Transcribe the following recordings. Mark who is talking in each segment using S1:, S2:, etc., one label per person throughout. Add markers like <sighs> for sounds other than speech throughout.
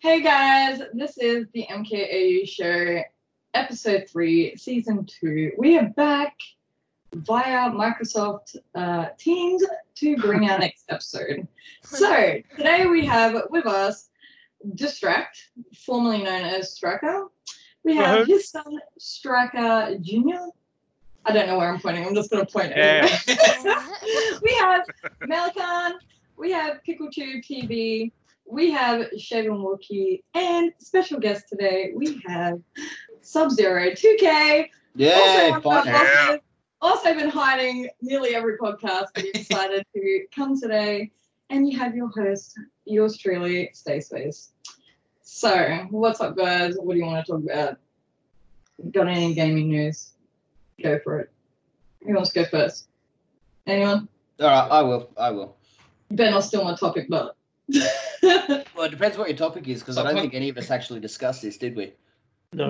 S1: Hey guys, this is the MKAU show, episode three, season two. We are back via Microsoft uh, Teams to bring our next episode. So today we have with us Distract, formerly known as Stracker. We have
S2: Uh-huh.
S1: his son Stracker Jr. I don't know where I'm pointing. I'm just going to point.
S2: Yeah.
S1: everywhere. <laughs> we have Malakan. We have PickleTube TV. We have Shaven Wookie. And special guest today, we have Sub Zero 2K.
S3: Yay,
S1: also, one of
S3: finally.
S1: our
S2: Yeah.
S1: bosses, also been hiding nearly every podcast, but he decided to come today. And you have your host, yours truly, Stay Space. So, what's up, guys? What do you want to talk about? Got any gaming news? Go for it. Who wants to go first? Anyone?
S3: All right, I will. I will.
S1: Ben, I'll steal my topic, but.
S3: Well, it depends what your topic is, because I don't think any of us actually discussed this, did we?
S1: no.
S2: Oh,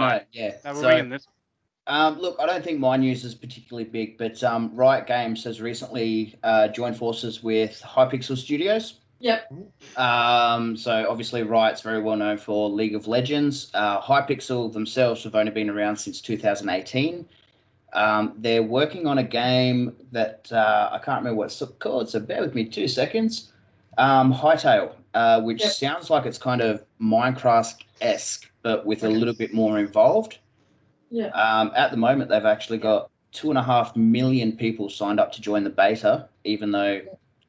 S3: no, yeah.
S2: no, we're
S3: So,
S2: bringing this.
S3: um, look, I don't think my news is particularly big, but um, Riot Games has recently uh, joined forces with Hypixel Studios.
S1: Yep.
S3: Um, so obviously, Riot's very well known for League of Legends. Uh, Hypixel themselves have only been around since 2018. Um, they're working on a game that uh, I can't remember what it's called, so bear with me two seconds. Um, Hightail, uh, which
S1: Yep.
S3: sounds like it's kind of Minecraft esque, but with a little bit more involved.
S1: Yeah.
S3: Um, at the moment, they've actually got two and a half million people signed up to join the beta, even though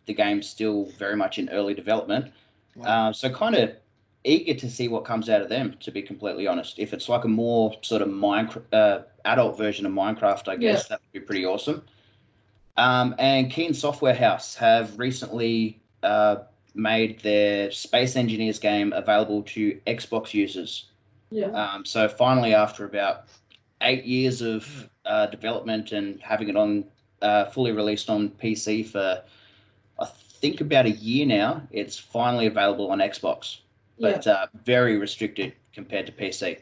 S3: the game's still very much in early development.
S4: Wow.
S3: Uh, so kind of eager to see what comes out of them, to be completely honest. If it's like a more sort of Minecraft, uh, adult version of Minecraft, I guess that would be pretty awesome. Um, and Keen Software House have recently uh, made their Space Engineers game available to Xbox users.
S4: Uh,
S1: Yeah.
S3: Um, so finally, after about eight years of uh, development and having it on uh, fully released on PC for I think about a year now, it's finally available on Xbox,
S1: yeah.
S3: but uh, very restricted compared to PC.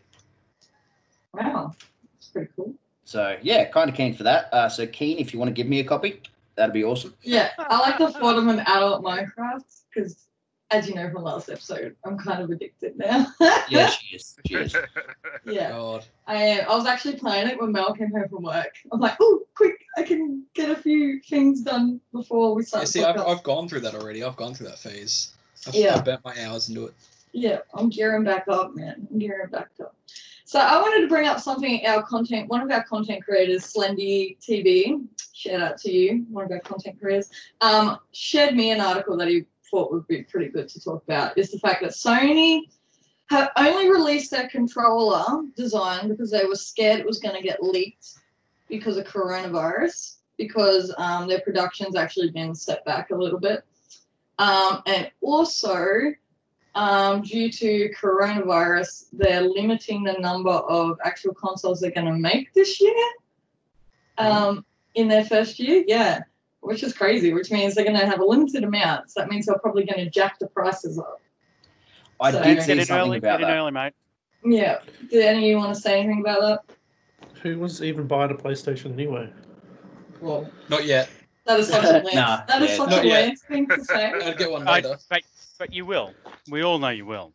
S1: Wow. That's pretty cool.
S3: So yeah, kind of keen for that. Uh, so keen, if you want to give me a copy, that'd be awesome.
S1: Yeah, I like the thought of an adult Minecraft because, as you know from last episode, I'm kind of addicted now. <laughs>
S3: Yeah, she is. She is.
S1: yeah,
S4: God.
S1: I am. I was actually playing it when Mel came home from work. I'm like, oh, quick, I can get a few things done before we
S4: Yeah,
S1: start. the
S4: see, I've,
S1: podcast."
S4: I've gone through that already. I've gone through that phase. I've,
S1: Yeah.
S4: I bet my hours into it.
S1: Yeah, I'm gearing back up, man. I'm gearing back up. So I wanted to bring up something our content, one of our content creators, Slendy TV, shout out to you, one of our content creators, um, shared me an article that he thought would be pretty good to talk about is the fact that Sony have only released their controller design because they were scared it was going to get leaked because of coronavirus, because um, their production's actually been set back a little bit. Um, and also, um, due to coronavirus, they're limiting the number of actual consoles they're going to make this year um, in their first year. Yeah, which is crazy, which means they're going to have a limited amount. So that means they're probably going to jack the prices up.
S3: I
S1: So-
S3: did
S1: Get
S3: see
S2: Get it
S3: something
S2: early,
S3: about
S2: get it
S3: that.
S2: early, mate.
S1: Yeah. Did any of you want to say anything about that?
S5: Who was even buying a PlayStation anyway?
S1: Well,
S4: Not yet.
S1: that is such a Lance,
S3: Nah,
S1: that is
S3: yeah,
S1: such
S4: not
S1: a
S4: yet.
S1: Lance thing to
S4: <laughs>
S1: say.
S4: I'd get one
S2: Uh, I-
S4: later.
S2: but, but you will. We all know you will.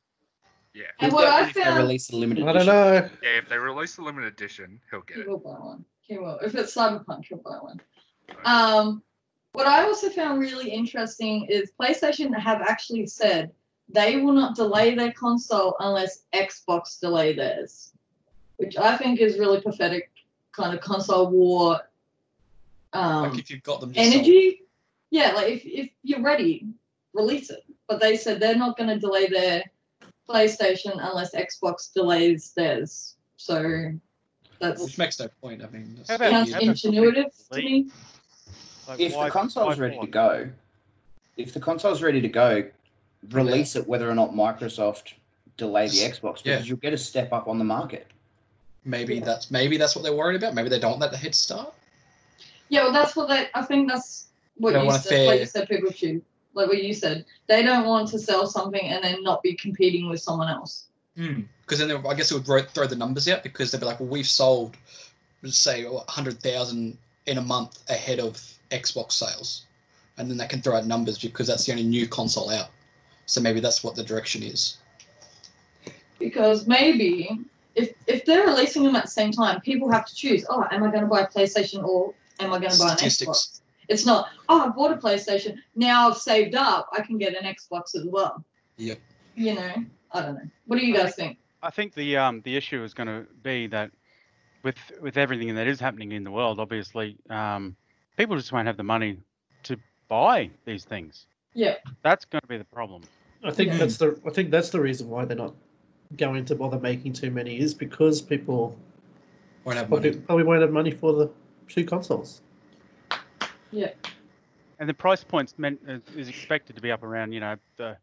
S1: and what I
S3: If they
S1: found,
S3: release a limited
S5: I don't
S3: edition.
S5: know.
S6: Yeah, if they release the limited edition, he'll get
S1: he
S6: it.
S1: will buy one. He will. If it's Cyberpunk, he'll buy one. Um, what I also found really interesting is PlayStation have actually said they will not delay their console unless Xbox delay theirs, which I think is really pathetic kind of console war um,
S4: like if you've got them. just sold.
S1: energy. Yeah, like if, if you're ready, release it. But they said they're not going to delay their PlayStation unless Xbox delays theirs. So that's
S4: Which makes no point. I mean, it's-
S2: How about-
S1: sounds
S2: how about-
S1: intuitive to me.
S2: Like,
S3: if
S2: why-
S3: the console's
S2: why
S3: ready to
S2: pause?
S3: go, if the console's ready to go, release it whether or not Microsoft delay the Xbox because
S4: Yeah.
S3: you'll get a step up on the market.
S4: maybe that's maybe that's what they're worried about. Maybe they don't want that head start.
S1: Yeah, well, that's what they. I think that's what
S4: They
S1: you
S4: want
S1: said.
S4: fair-
S1: Like you said, people shoot. Like what you said, they don't want to sell something and then not be competing with someone else.
S4: Because Hmm. then they- I guess it would throw- throw the numbers out because they'd be like, well, we've sold, let's say, hundred thousand in a month ahead of Xbox sales, and then they can throw out numbers because that's the only new console out. So maybe that's what the direction is.
S1: because maybe if if they're releasing them at the same time, people have to choose. Oh, am I going to buy a PlayStation or am I going to buy an Xbox?
S4: Statistics.
S1: It's not. Oh, I bought a PlayStation. Now I've saved up. I can get an Xbox as well.
S4: Yep.
S1: You know, I don't know. What do you guys think?
S2: I think the um, the issue is going to be that with with everything that is happening in the world, obviously, um, people just won't have the money to buy these things.
S1: Yeah.
S2: That's going to be the problem.
S5: I think
S1: Yeah.
S5: that's the I think that's the reason why they're not going to bother making too many is because people
S4: Won't have
S5: probably,
S4: money.
S5: probably won't have money for the two consoles.
S2: And the price points meant is- is expected to be up around, you know, the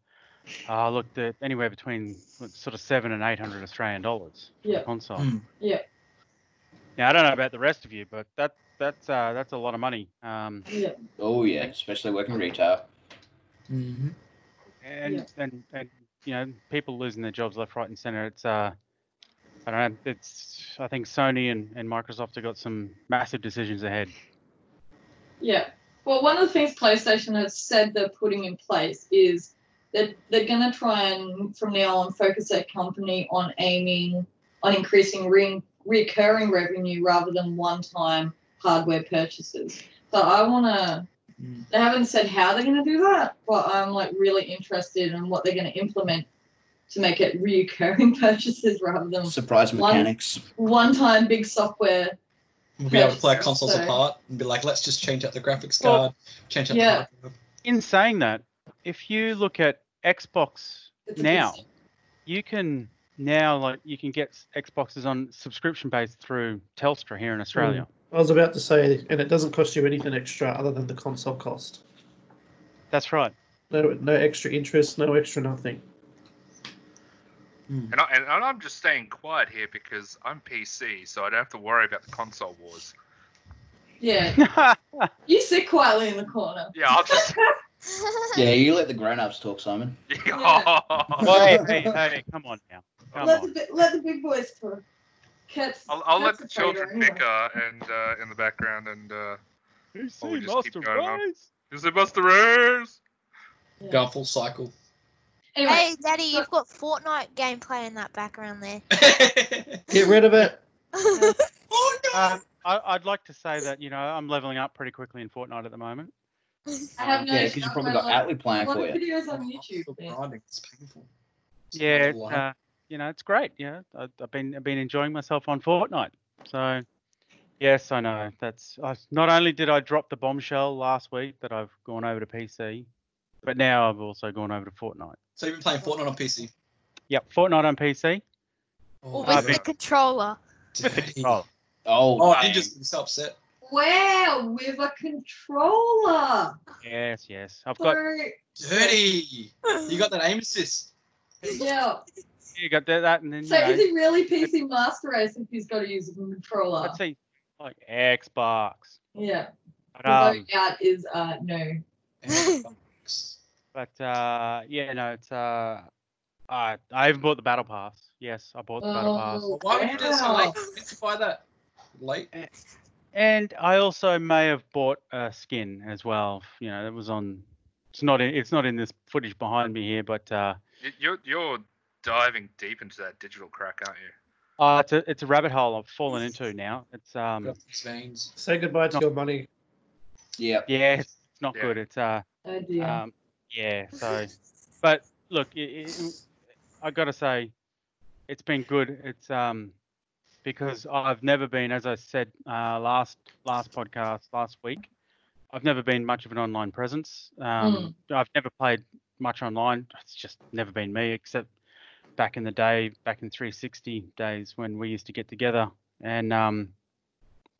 S2: uh, look, the anywhere between sort of seven and eight hundred Australian dollars for
S1: Yeah.
S2: the console.
S4: Mm.
S1: Yeah.
S2: Now I don't know about the rest of you, but that that's uh, that's a lot of money. Um,
S1: Yeah.
S3: Oh yeah, especially working retail.
S4: hmm
S2: and
S1: Yeah.
S2: and and you know people losing their jobs left right and center it's uh i don't know it's i think sony and, and microsoft have got some massive decisions ahead
S1: Yeah. Well, one of the things PlayStation has said they're putting in place is that they're going to try and, from now on, focus their company on aiming on increasing re- recurring revenue rather than one time hardware purchases. So I want to.
S4: Mm.
S1: They haven't said how they're going to do that, but I'm like really interested in what they're going to implement to make it recurring <laughs> purchases rather than
S3: Surprise
S1: One-
S3: mechanics.
S1: one time big software
S4: We'll be able to play
S1: Yeah,
S4: our consoles
S1: so-
S4: apart and be like, let's just change out the graphics
S2: Well,
S4: card, change out
S1: yeah.
S4: the hardware.
S2: in saying that if you look at xbox
S1: It's a
S2: now
S1: piece-
S2: you can now like you can get xboxes on subscription based through telstra here in australia
S5: I was about to say, and it doesn't cost you anything extra other than the console cost.
S2: that's right
S5: No, no extra interest, no extra nothing.
S4: Mm.
S6: And, I, and and I'm just staying quiet here because I'm PC, so I don't have to worry about the console wars.
S1: Yeah,
S2: yeah
S1: you sit quietly in the corner.
S6: Yeah, I'll
S1: <laughs>
S6: just. <laughs>
S7: <laughs>
S3: Yeah, you let the grown-ups talk, Simon.
S6: I'll,
S2: hey, hey, hey, come on now come
S1: let, the,
S2: on
S1: bi- let the big boys talk. Cats.
S6: I'll let
S1: cats
S6: the
S1: are favourite
S6: children
S1: anyway.
S6: bicker and uh, in the background and uh,
S2: Who's
S6: Oh, we
S2: seen
S6: just keep
S2: Master
S6: going on.
S2: Race?
S6: is it Buster Rose?
S1: Yeah.
S4: Gone full cycle. <laughs>
S1: Anyway,
S7: Hey, Daddy, you've got Fortnite gameplay in that
S1: <laughs>
S7: background there. <laughs>
S5: Get rid of it.
S4: oh no!
S2: Um, I, I'd like to say that you know I'm leveling up pretty quickly in Fortnite at the moment.
S1: I have no.
S3: Yeah, because you probably got
S1: like,
S3: Atlee playing
S1: a lot
S3: for
S1: of
S3: you.
S1: videos on
S4: I'm still
S1: YouTube. man.
S4: grinding, It's painful. It's
S2: Yeah,
S4: painful eh?
S2: it's,
S4: life.
S2: uh, you know it's great. Yeah, I, I've been I've been enjoying myself on Fortnite. So yes, I know that's. I, not only did I drop the bombshell last week that I've gone over to PC, but now I've also gone over to Fortnite.
S4: so you've been playing Fortnite on PC.
S2: Yep, Fortnite on PC.
S4: Oh,
S7: Or
S2: Ah,
S7: with the controller.
S4: dirty.
S2: Oh,
S3: Oh,
S4: Oh,
S3: dang.
S4: Ninja's so upset.
S1: Wow, with a controller.
S2: yes, yes. I've got
S1: So,
S4: Dirty!
S1: <laughs>
S4: You got that aim assist.
S1: yeah.
S2: you got that, that and then you
S1: So is
S2: know,
S1: he really PC Master Race if he's got to use a controller?
S2: let's see, like Xbox.
S1: Yeah.
S2: But,
S1: Although
S2: um,
S1: that is uh no.
S2: But uh, yeah, no, it's uh, I I even bought the battle pass. Yes, I bought the battle pass,
S1: Oh,
S4: Why would you do that so late?
S1: wow.
S4: Why did you buy that late?
S2: and I also may have bought a skin as well. You know, that was on. It's not in. It's not in this footage behind me here, but uh,
S6: You- You're you're diving deep into that digital crack, aren't you?
S2: uh it's a it's a rabbit hole I've fallen into now. It's um,
S4: Got these
S5: <laughs>
S4: veins.
S5: Say goodbye to your money.
S3: Yeah.
S2: yeah, it's not
S6: Yeah.
S2: good. It's uh,
S1: Oh dear.
S2: um, yeah. So, but look, i i I gotta say, it's been good. It's um because I've never been, as I said uh, last last podcast last week, I've never been much of an online presence. Um, I've never played much online. It's just never been me, except back in the day, back in 360 days when we used to get together, and um,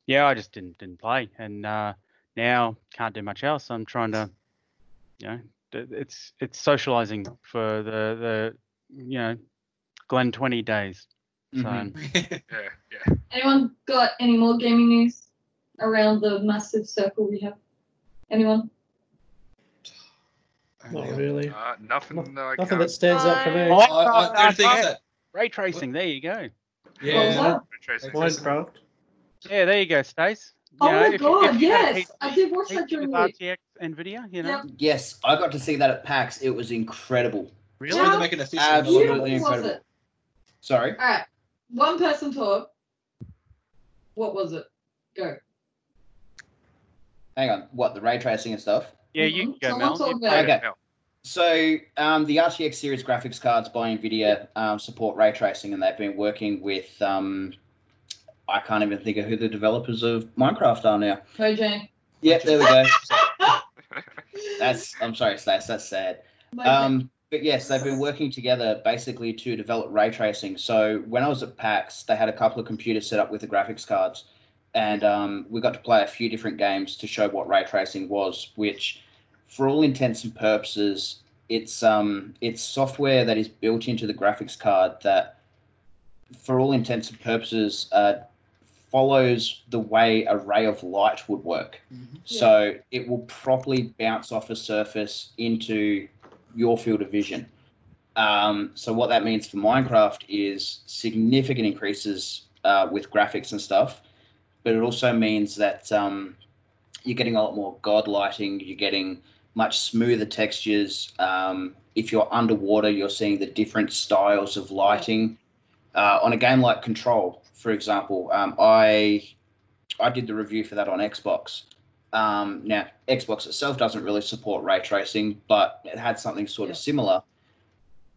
S2: yeah, I just didn't didn't play, and uh, now can't do much else. I'm trying to, you know, d- it's it's socializing for the the you know, Glen 20 days. So.
S3: Mhm.
S6: Yeah, yeah.
S1: Anyone got any more gaming news around the massive circle we have? Anyone?
S5: Not
S4: Only-
S5: really.
S6: Uh, nothing. that I
S5: Nothing
S6: can't-
S5: that stands out for me.
S7: Bye.
S4: I, I don't think that.
S2: Ray tracing, there you go.
S4: Yeah.
S1: Well, what?
S6: Tracing.
S4: Why-
S5: Minecraft.
S2: Yeah, there you go, Stace. You
S1: Oh
S2: know,
S1: my
S2: if you get
S1: god,
S2: that
S1: yes!
S2: heat-
S1: I did watch
S2: heat
S1: that during
S2: with
S1: the week.
S2: RTX NVIDIA, you know?
S1: Yep.
S3: Yes, I got to see that at PAX. It was incredible.
S4: It's when they make an official.
S3: Absolutely
S1: Beautiful was
S3: incredible.
S1: it?
S3: Sorry.
S1: All right. One person talk. What was it? Go.
S3: Hang on. What, the ray tracing and stuff?
S2: Yeah, you can
S1: Mhm.
S2: go,
S1: Someone
S2: Mel.
S1: talk
S2: You
S1: about
S2: played
S3: it.
S2: it,
S6: <laughs>
S2: Mel.
S3: So um, the RTX series graphics cards by NVIDIA um, support ray tracing, and they've been working with. Um, I can't even think of who the developers of Minecraft are now.
S1: Mojang.
S3: Yep, there we go.
S1: <laughs>
S3: That's I'm sorry, Slash. That's sad.
S1: Mojang.
S3: Um, but yes, they've been working together basically to develop ray tracing. So when I was at PAX, they had a couple of computers set up with the graphics cards, and um, we got to play a few different games to show what ray tracing was. Which, for all intents and purposes, it's um, it's software that is built into the graphics card that, for all intents and purposes, uh, follows the way a ray of light would work.
S4: Mhm.
S1: Yeah.
S3: So it will properly bounce off a surface into your field of vision. Um, so what that means for Minecraft is significant increases uh, with graphics and stuff, but it also means that um, you're getting a lot more god lighting. You're getting much smoother textures. Um, if you're underwater, you're seeing the different styles of lighting. Uh, on a game like Control, for example, um, I I did the review for that on Xbox. Um, now, Xbox itself doesn't really support ray tracing, but it had something sort of
S1: Yeah.
S3: similar.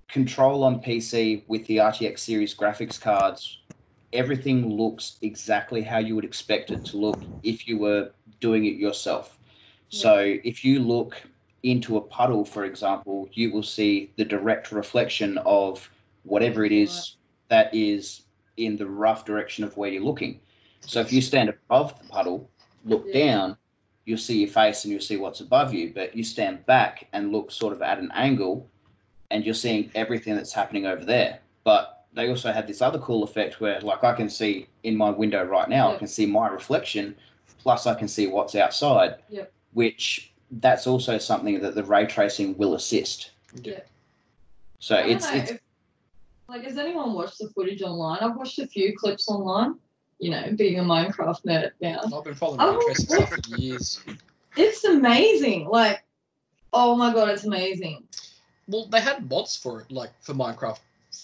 S3: Control on PC with the RTX series graphics cards, everything looks exactly how you would expect it to look if you were doing it yourself. So, if you look into a puddle, for example, you will see the direct reflection of whatever it is that is in the rough direction of where you're looking. So, if you stand above the puddle, look
S1: Yeah.
S3: down, you'll see your face and you'll see what's above you. But you stand back and look sort of at an angle, and you're seeing everything that's happening over there. But they also have this other cool effect where, like, I can see in my window right now, I
S1: Yeah.
S3: can see my reflection, plus I can see what's outside,
S1: Yeah.
S3: which that's also something that the ray tracing will assist.
S1: Yeah.
S3: So
S1: I don't
S3: it's,
S1: know
S3: it's
S1: if- like, has anyone watched the footage online? I've watched a few clips online. You know, being a Minecraft nerd now,
S4: I've been following
S1: Oh,
S4: ray tracing stuff for years.
S1: it's amazing. Like, oh my god, it's amazing.
S4: Well, they had mods for it, like for Minecraft,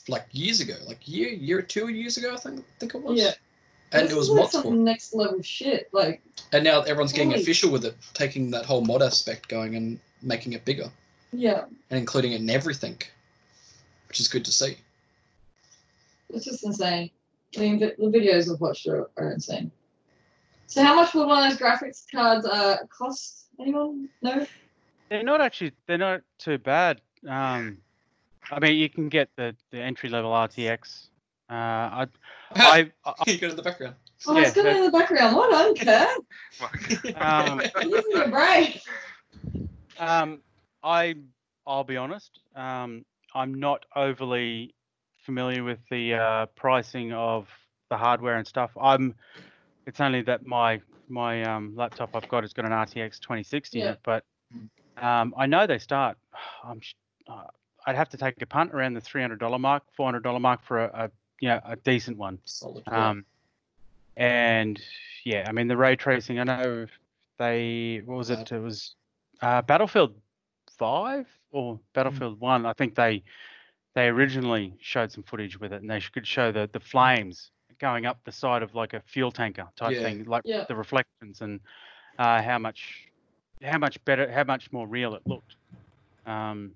S4: like years ago, like year, year two years ago, I think, I think it was.
S1: Yeah.
S4: And
S1: This
S4: it
S1: is
S4: was
S1: like
S4: mods for.
S1: some
S4: it.
S1: next level shit. Like,
S4: And now everyone's getting
S1: Holy-
S4: official with it, taking that whole mod aspect going and making it bigger
S1: yeah,
S4: and including it in everything, which is good to see.
S1: it's just insane. I mean, the the videos I've watched are, are insane. So, how much would one of those graphics cards uh, cost? Anyone? No.
S2: They're not actually. They're not too bad. Um, I mean, you can get the, the entry level RTX. Uh, I, I, I,
S4: <laughs> you go to the background.
S1: Oh, it's
S2: Yeah,
S1: going in the background. What? I <laughs> don't care.
S2: um,
S1: Give me a break.
S2: Um, I I'll be honest. Um, I'm not overly familiar with the uh, pricing of the hardware and stuff. I'm. It's only that my my um, laptop I've got has got an RTX 2060 in
S1: Yeah.
S2: it, but um, I know they start. <sighs> I'm. sh- Uh, I'd have to take a punt around the $300 mark, $400 mark for a, a you know a decent one.
S4: Solid.
S2: Um, and yeah, I mean the ray tracing. I know they what was it? It was uh, Battlefield Five or Battlefield One. I think they they originally showed some footage with it, and they sh- could show the the flames going up the side of like a fuel tanker type
S4: Yeah.
S2: thing, like
S1: Yeah.
S2: the reflections and uh, how much how much better, how much more real it looked. Um,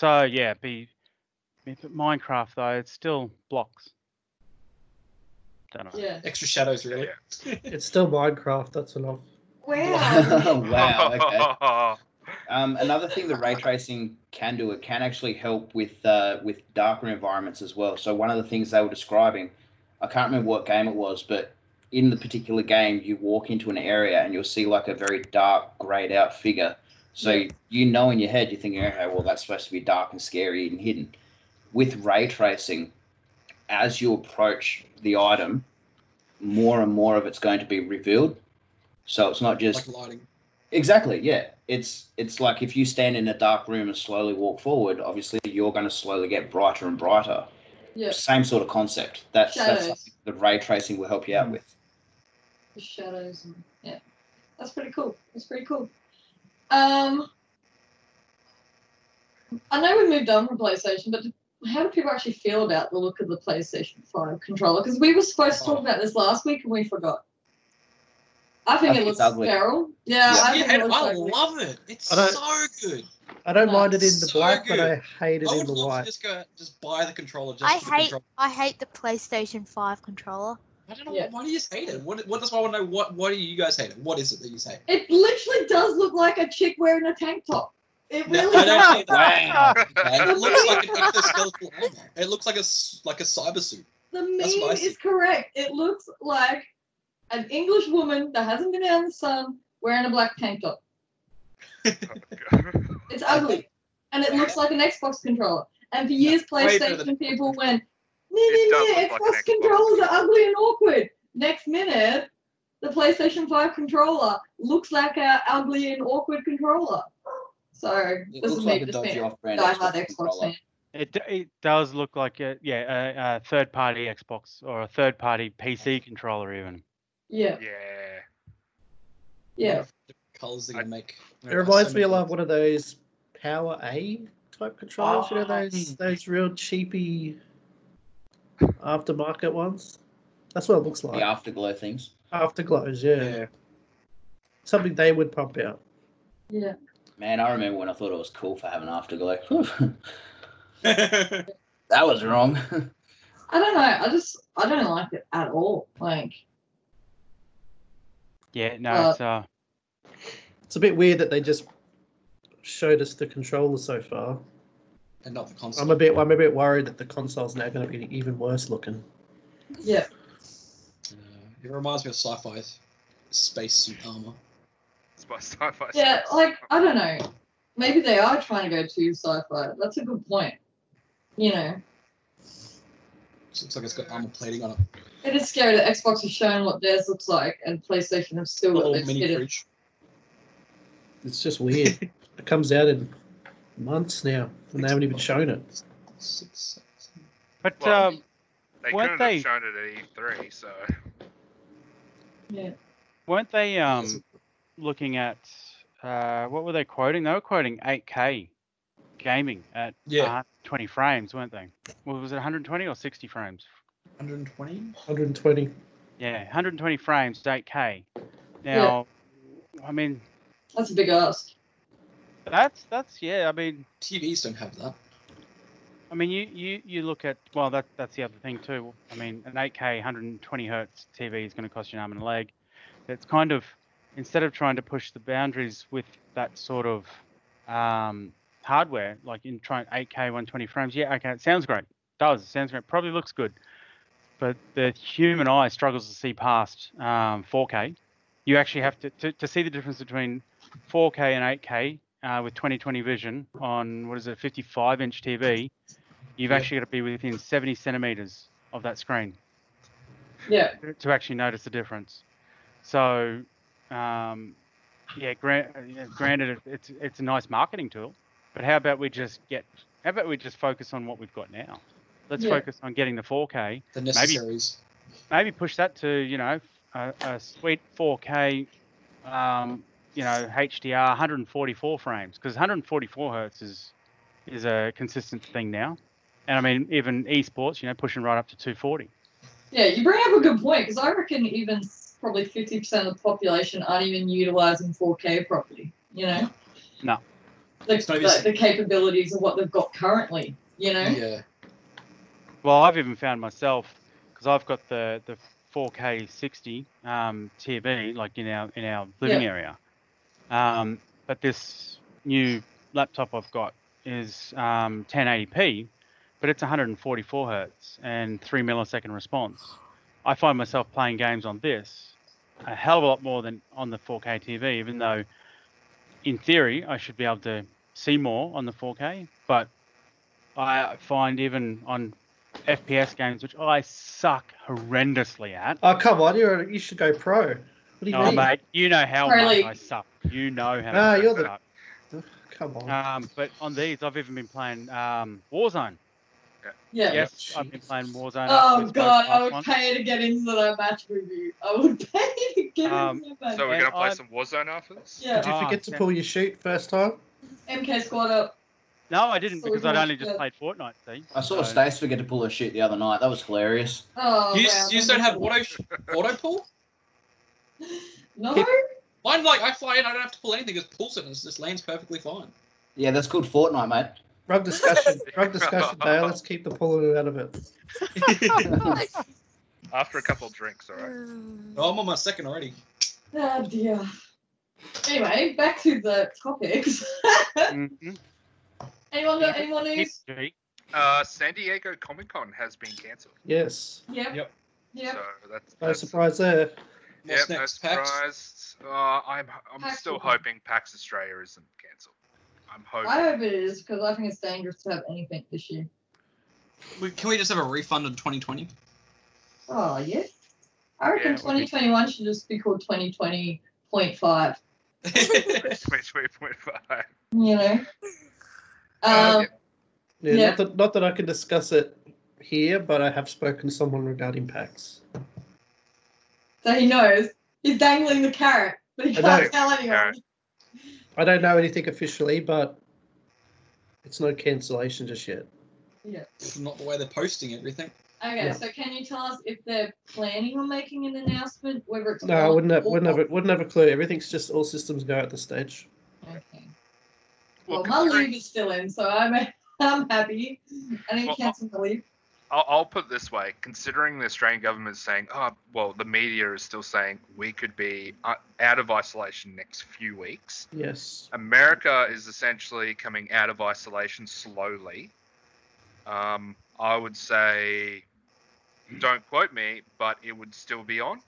S2: so yeah, be but Minecraft though, it's still blocks. Don't know.
S1: Yeah.
S4: Extra shadows, really.
S5: It's still Minecraft. That's enough.
S1: Wow.
S3: <laughs> wow,
S6: <laughs>
S3: okay.
S6: Oh,
S3: Um, another thing that ray tracing can do, it can actually help with uh, with darker environments as well. So one of the things they were describing, I can't remember what game it was, but in the particular game, you walk into an area and you'll see like a very dark, grayed out figure. So you know in your head, you're thinking, okay, well that's supposed to be dark and scary and hidden. With ray tracing, as you approach the item, more and more of it's going to be revealed. So it's not just
S4: Like lighting.
S3: Exactly. Yeah. It's it's like if you stand in a dark room and slowly walk forward, obviously you're going to slowly get brighter and brighter.
S1: Yeah.
S3: Same sort of concept. That's that's
S1: Shadows.
S3: something the ray tracing will help you out with.
S1: the shadows and yeah that's pretty cool that's pretty cool um i know we moved on from playstation but to how do people actually feel about the look of the PlayStation 5 controller? Because we were supposed to talk about this last week and we forgot. I think
S3: I
S1: it
S3: think
S1: looks
S3: it's ugly.
S1: sterile. Yeah, Uh, I
S4: yeah,
S1: think it
S4: and
S1: looks
S4: I
S1: ugly.
S4: love it. It's
S5: I don't-
S4: so good.
S5: I don't
S1: Oh,
S5: mind it in the
S4: so
S5: black, but I
S4: good.
S5: hate it
S4: I
S5: in
S4: would
S5: the
S4: love to
S5: white.
S4: just go just buy the controller. Just
S7: I
S4: for the
S7: hate
S4: Controller.
S7: I hate the PlayStation 5 controller.
S4: I don't know
S1: Yeah.
S4: why do you guys hate it. What, what that's why I want to know what why do you guys hate it? What is it that you hate?
S1: It literally does look like a chick wearing a tank top. It
S4: No,
S1: really
S4: I don't
S1: does.
S4: hate that.
S1: ah,
S3: Okay.
S4: It looks like an exoskeletal armor. It looks like a s- like a cyber suit.
S1: The
S4: That's what I
S1: meme
S4: see.
S1: is correct. It looks like an English woman that hasn't been out in the sun wearing a black tank top. It's ugly. And it looks like an Xbox controller. And for years,
S4: way better than-
S1: PlayStation people went, no,
S6: It
S1: no,
S6: does
S1: no,
S6: look like an
S1: Xbox
S6: Xbox.
S1: controllers are ugly and awkward. Next minute, the PlayStation 5 controller looks like a ugly and awkward controller. So,
S3: It
S1: this
S3: looks
S1: is
S3: like
S1: me
S3: a
S1: just
S3: dodgy
S1: being a
S3: off-brand
S1: diehard
S3: Xbox
S1: Xbox
S3: controller.
S1: fan.
S2: It, d- it does look like a yeah a, a third party Xbox or a third party PC controller even.
S1: Yeah,
S6: yeah.
S1: yeah.
S4: Colors they're gonna make.
S5: It reminds me a lot of one of those Power A type controllers.
S2: Ah,
S5: you know
S4: Oh.
S2: hmm.
S5: those those real cheapy aftermarket ones. That's what it looks like.
S3: The afterglow things.
S5: Afterglows, yeah.
S4: Yeah.
S5: Something they would pump out.
S1: Yeah.
S3: Man, I remember when I thought it was cool for having afterglow.
S4: yeah.
S3: <laughs> that was wrong. <laughs>
S1: I don't know. I just, I don't like it at all. Like,
S2: Yeah, no,
S1: Uh,
S2: it's uh
S5: It's a bit weird that they just showed us the controller so far.
S4: <laughs> and not the console.
S5: I'm a bit I'm a bit worried that the console's now going to be even worse looking.
S1: yeah.
S4: Yeah. It reminds me of sci-fi space suit armor.
S6: It's by sci-fi.
S1: Yeah,
S6: Space.
S1: like I don't know. Maybe they are trying to go to sci-fi. That's a good point. You know,
S4: It looks like it's got armor plating on it.
S1: it is scary that Xbox has shown what theirs looks like, and PlayStation have still got
S4: Little
S1: their
S4: mini
S1: hidden.
S4: fridge.
S5: It's
S2: <laughs>
S5: just weird. it comes out in months now, and they haven't even shown it.
S4: Six, seven.
S2: but
S6: Well,
S2: um,
S6: they
S2: weren't
S6: couldn't
S2: they-
S6: have shown it at E3, so
S1: Yeah.
S2: weren't they um
S4: Yes.
S2: looking at uh what were they quoting? They were quoting 8K gaming at
S4: Yeah.
S2: 20 frames, weren't they? Well, was it 120 or 60 frames?
S4: 120.
S5: 120.
S2: Yeah, 120 frames, 8K.
S1: Yeah.
S2: Now, I mean,
S1: That's a big ask.
S2: that's that's yeah. I mean,
S4: TVs don't have that.
S2: I mean, you you you look at well, that that's the other thing too. I mean, an 8K 120 hertz TV is going to cost you an arm and a leg. That's kind of instead of trying to push the boundaries with that sort of um, hardware, like in trying 8K 120 frames. Yeah, okay, it sounds great. Does sounds great. Probably looks good, but the human eye struggles to see past um, 4K. You actually have to, to to see the difference between 4K and 8K uh, with 2020 vision on what is it 55 inch TV you've
S4: Yeah.
S2: actually got to be within 70 centimeters of that screen
S1: Yeah,
S2: to actually notice the difference. So, um, yeah, grant, yeah, granted, it- it's it's a nice marketing tool, but how about we just get? How about we just focus on what we've got now? Let's
S1: Yeah.
S2: focus on getting the 4K.
S4: The necessaries.
S2: Maybe push that to you know a, a sweet 4K, um, you know HDR 144 frames because 144 hertz is is a consistent thing now, and I mean even esports, you know, pushing right up to 240.
S1: yeah. You bring up a good point because I reckon even s- probably fifty percent of the population aren't even utilizing 4K properly. You know.
S2: No.
S1: The,
S4: It's not even-
S1: the, the capabilities of what they've got currently. You know.
S4: Yeah.
S2: Well, I've even found myself because I've got the the 4K 60 um, TV like in our in our living area, um, but this new laptop I've got is um, 1080p, but it's 144 hertz and three millisecond response. I find myself playing games on this a hell of a lot more than on the 4K TV, even though in theory I should be able to see more on the 4K, but I find even on FPS games, which I suck horrendously at.
S5: Oh come on, you're you should go pro. What do you
S2: Oh,
S5: mean?
S2: mate, you know how
S1: Really?
S2: much I suck. You know how
S5: No,
S2: much
S5: Ah, you're
S2: I
S5: the-
S2: suck.
S5: Come on.
S2: Um, but on these, I've even been playing um, Warzone.
S1: Yeah.
S2: Yes, I've been
S5: Jeez.
S2: playing Warzone.
S1: Oh
S2: with both
S1: god,
S2: my
S1: I would
S2: ones.
S1: pay to get into that match review. I would <laughs> pay to get
S2: Um,
S1: into that.
S6: so we're
S2: And
S6: gonna play
S2: I'm-
S6: some Warzone after this.
S1: uh, yeah.
S5: Did you
S2: Ah,
S5: forget to
S2: yeah.
S5: pull your shoot first time?
S1: MK squad up.
S2: No, I didn't
S1: So we
S2: because
S1: can
S2: I'd
S1: watch
S2: only just
S1: the-
S2: played Fortnite. See,
S3: I
S2: So-
S3: saw Stace forget to pull her shit the other night. That was hilarious.
S1: Oh,
S4: you
S1: wow.
S4: just, you just don't have auto auto pull.
S1: No?
S4: Mine like I fly in, I don't have to pull anything. It pulls it and it just lands perfectly fine.
S3: Yeah, that's called Fortnite, mate.
S5: Drug
S6: <laughs>
S5: discussion. drug discussion, Dale. Let's keep the pulling out of it.
S6: After a couple of drinks, all right.
S7: Mm.
S4: Oh, I'm on my second already.
S1: <laughs> Oh dear. Anyway, back to the topics. <laughs>
S2: Mhm.
S1: anyone got anyone who's
S2: History.
S6: Uh, San Diego Comic Con has been cancelled.
S5: Yes.
S1: Yep.
S4: Yep.
S1: Yep.
S6: So that's,
S5: No
S6: that's
S5: surprise there.
S6: yeah,
S4: What's
S6: no
S4: next? Pax?
S6: surprise. Uh, I'm I'm
S1: PAX
S6: still
S1: will-
S6: hoping PAX Australia isn't cancelled. I'm hoping.
S1: I
S6: <laughs>
S1: hope it is because I think it's dangerous to have anything this year.
S4: We, can we just have a refund in 2020?
S1: Oh yeah. I reckon
S6: Yeah, it would be-
S1: 2021 should just be called 2020.5.
S6: Twenty-three point five.
S1: You know. Um,
S6: Uh,
S5: Yeah,
S1: Yeah.
S5: Not, that, not that I can discuss it here, but I have spoken to someone regarding PAX.
S1: So he knows he's dangling the carrot, but he
S5: I
S1: can't
S5: know.
S1: tell anyone.
S5: I don't know anything officially, but it's no cancellation just yet.
S1: Yeah.
S4: <laughs> Not the way they're posting everything.
S1: Okay,
S5: Yeah.
S1: so can you tell us if they're planning on making an announcement, whether it's
S5: No, I
S1: on
S5: wouldn't have,
S1: or
S5: wouldn't
S1: off?
S5: have, wouldn't have a clue. Everything's just all systems go at this stage.
S1: Okay.
S6: Well,
S1: Well, my
S6: considering-
S1: leave is still in, so I'm <laughs> I'm happy. I didn't
S6: Well,
S1: cancel my leave.
S6: I'll, I'll put it this way: considering the Australian government's saying, "Oh, well, the media is still saying we could be uh, out of isolation next few weeks."
S5: Yes.
S6: America is essentially coming out of isolation slowly. Um, I would say, don't quote me, but it would still be on.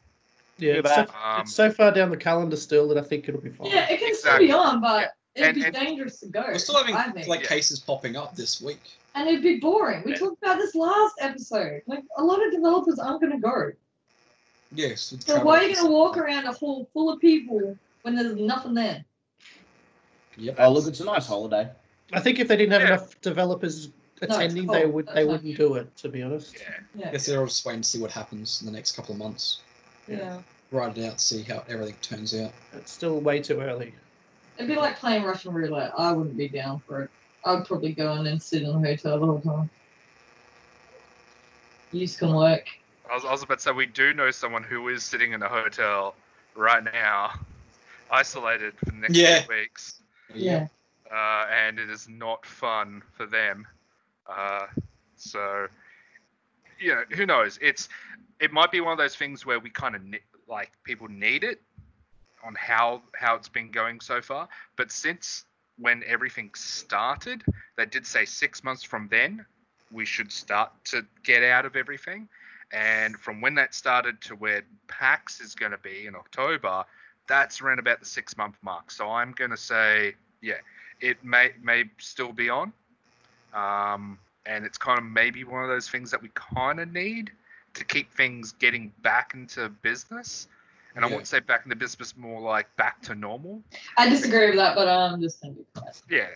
S5: Yeah.
S2: Too
S5: It's so,
S2: bad.
S6: Um,
S5: it's so far down the calendar still that I think it'll be fine.
S1: Yeah, it can
S6: Exactly.
S1: still be on, but it'd
S6: And-
S1: be
S6: and-
S1: dangerous to go.
S4: We're still having
S1: Oh, I think.
S4: like
S6: Yeah.
S4: cases popping up this week.
S1: and it'd be boring. We talked about this last episode. Like a lot of developers aren't going to go.
S4: Yes. with
S1: So why are you
S4: travel.
S1: going to walk around a hall full of people when there's nothing there?
S4: Yep.
S3: Oh, look, it's a nice holiday.
S5: I think if they didn't have
S6: Yeah.
S5: enough developers
S1: it's
S5: attending, they
S1: cold.
S5: would
S1: That's
S5: they
S1: fine.
S5: wouldn't do it. To be honest.
S6: Yeah.
S1: Yeah.
S4: I guess they're all just waiting to see what happens in the next couple of months.
S1: yeah.
S4: Write it out, see how everything turns out.
S5: It's still way too early.
S1: It'd be like playing Russian roulette. I wouldn't be down for it. I'd probably go in and sit in a hotel the whole time. You just can work.
S6: I was, I was about to say we do know someone who is sitting in a hotel right now, isolated for the next
S4: Yeah.
S6: few weeks,
S1: Yeah.
S6: uh, and it is not fun for them. Uh, so, you know, who knows? It's it might be one of those things where we kind of like people need it on how how it's been going so far. But since when everything started, they did say six months from then we should start to get out of everything. And from when that started to where PAX is going to be in October, that's around about the six month mark. So I'm going to say, yeah, it may may still be on. Um, and it's kind of maybe one of those things that we kind of need to keep things getting back into business. And I
S4: Yeah.
S6: wouldn't say back into business, more like back to normal.
S1: I disagree with that, but I'm just gonna be quiet.
S6: Yeah.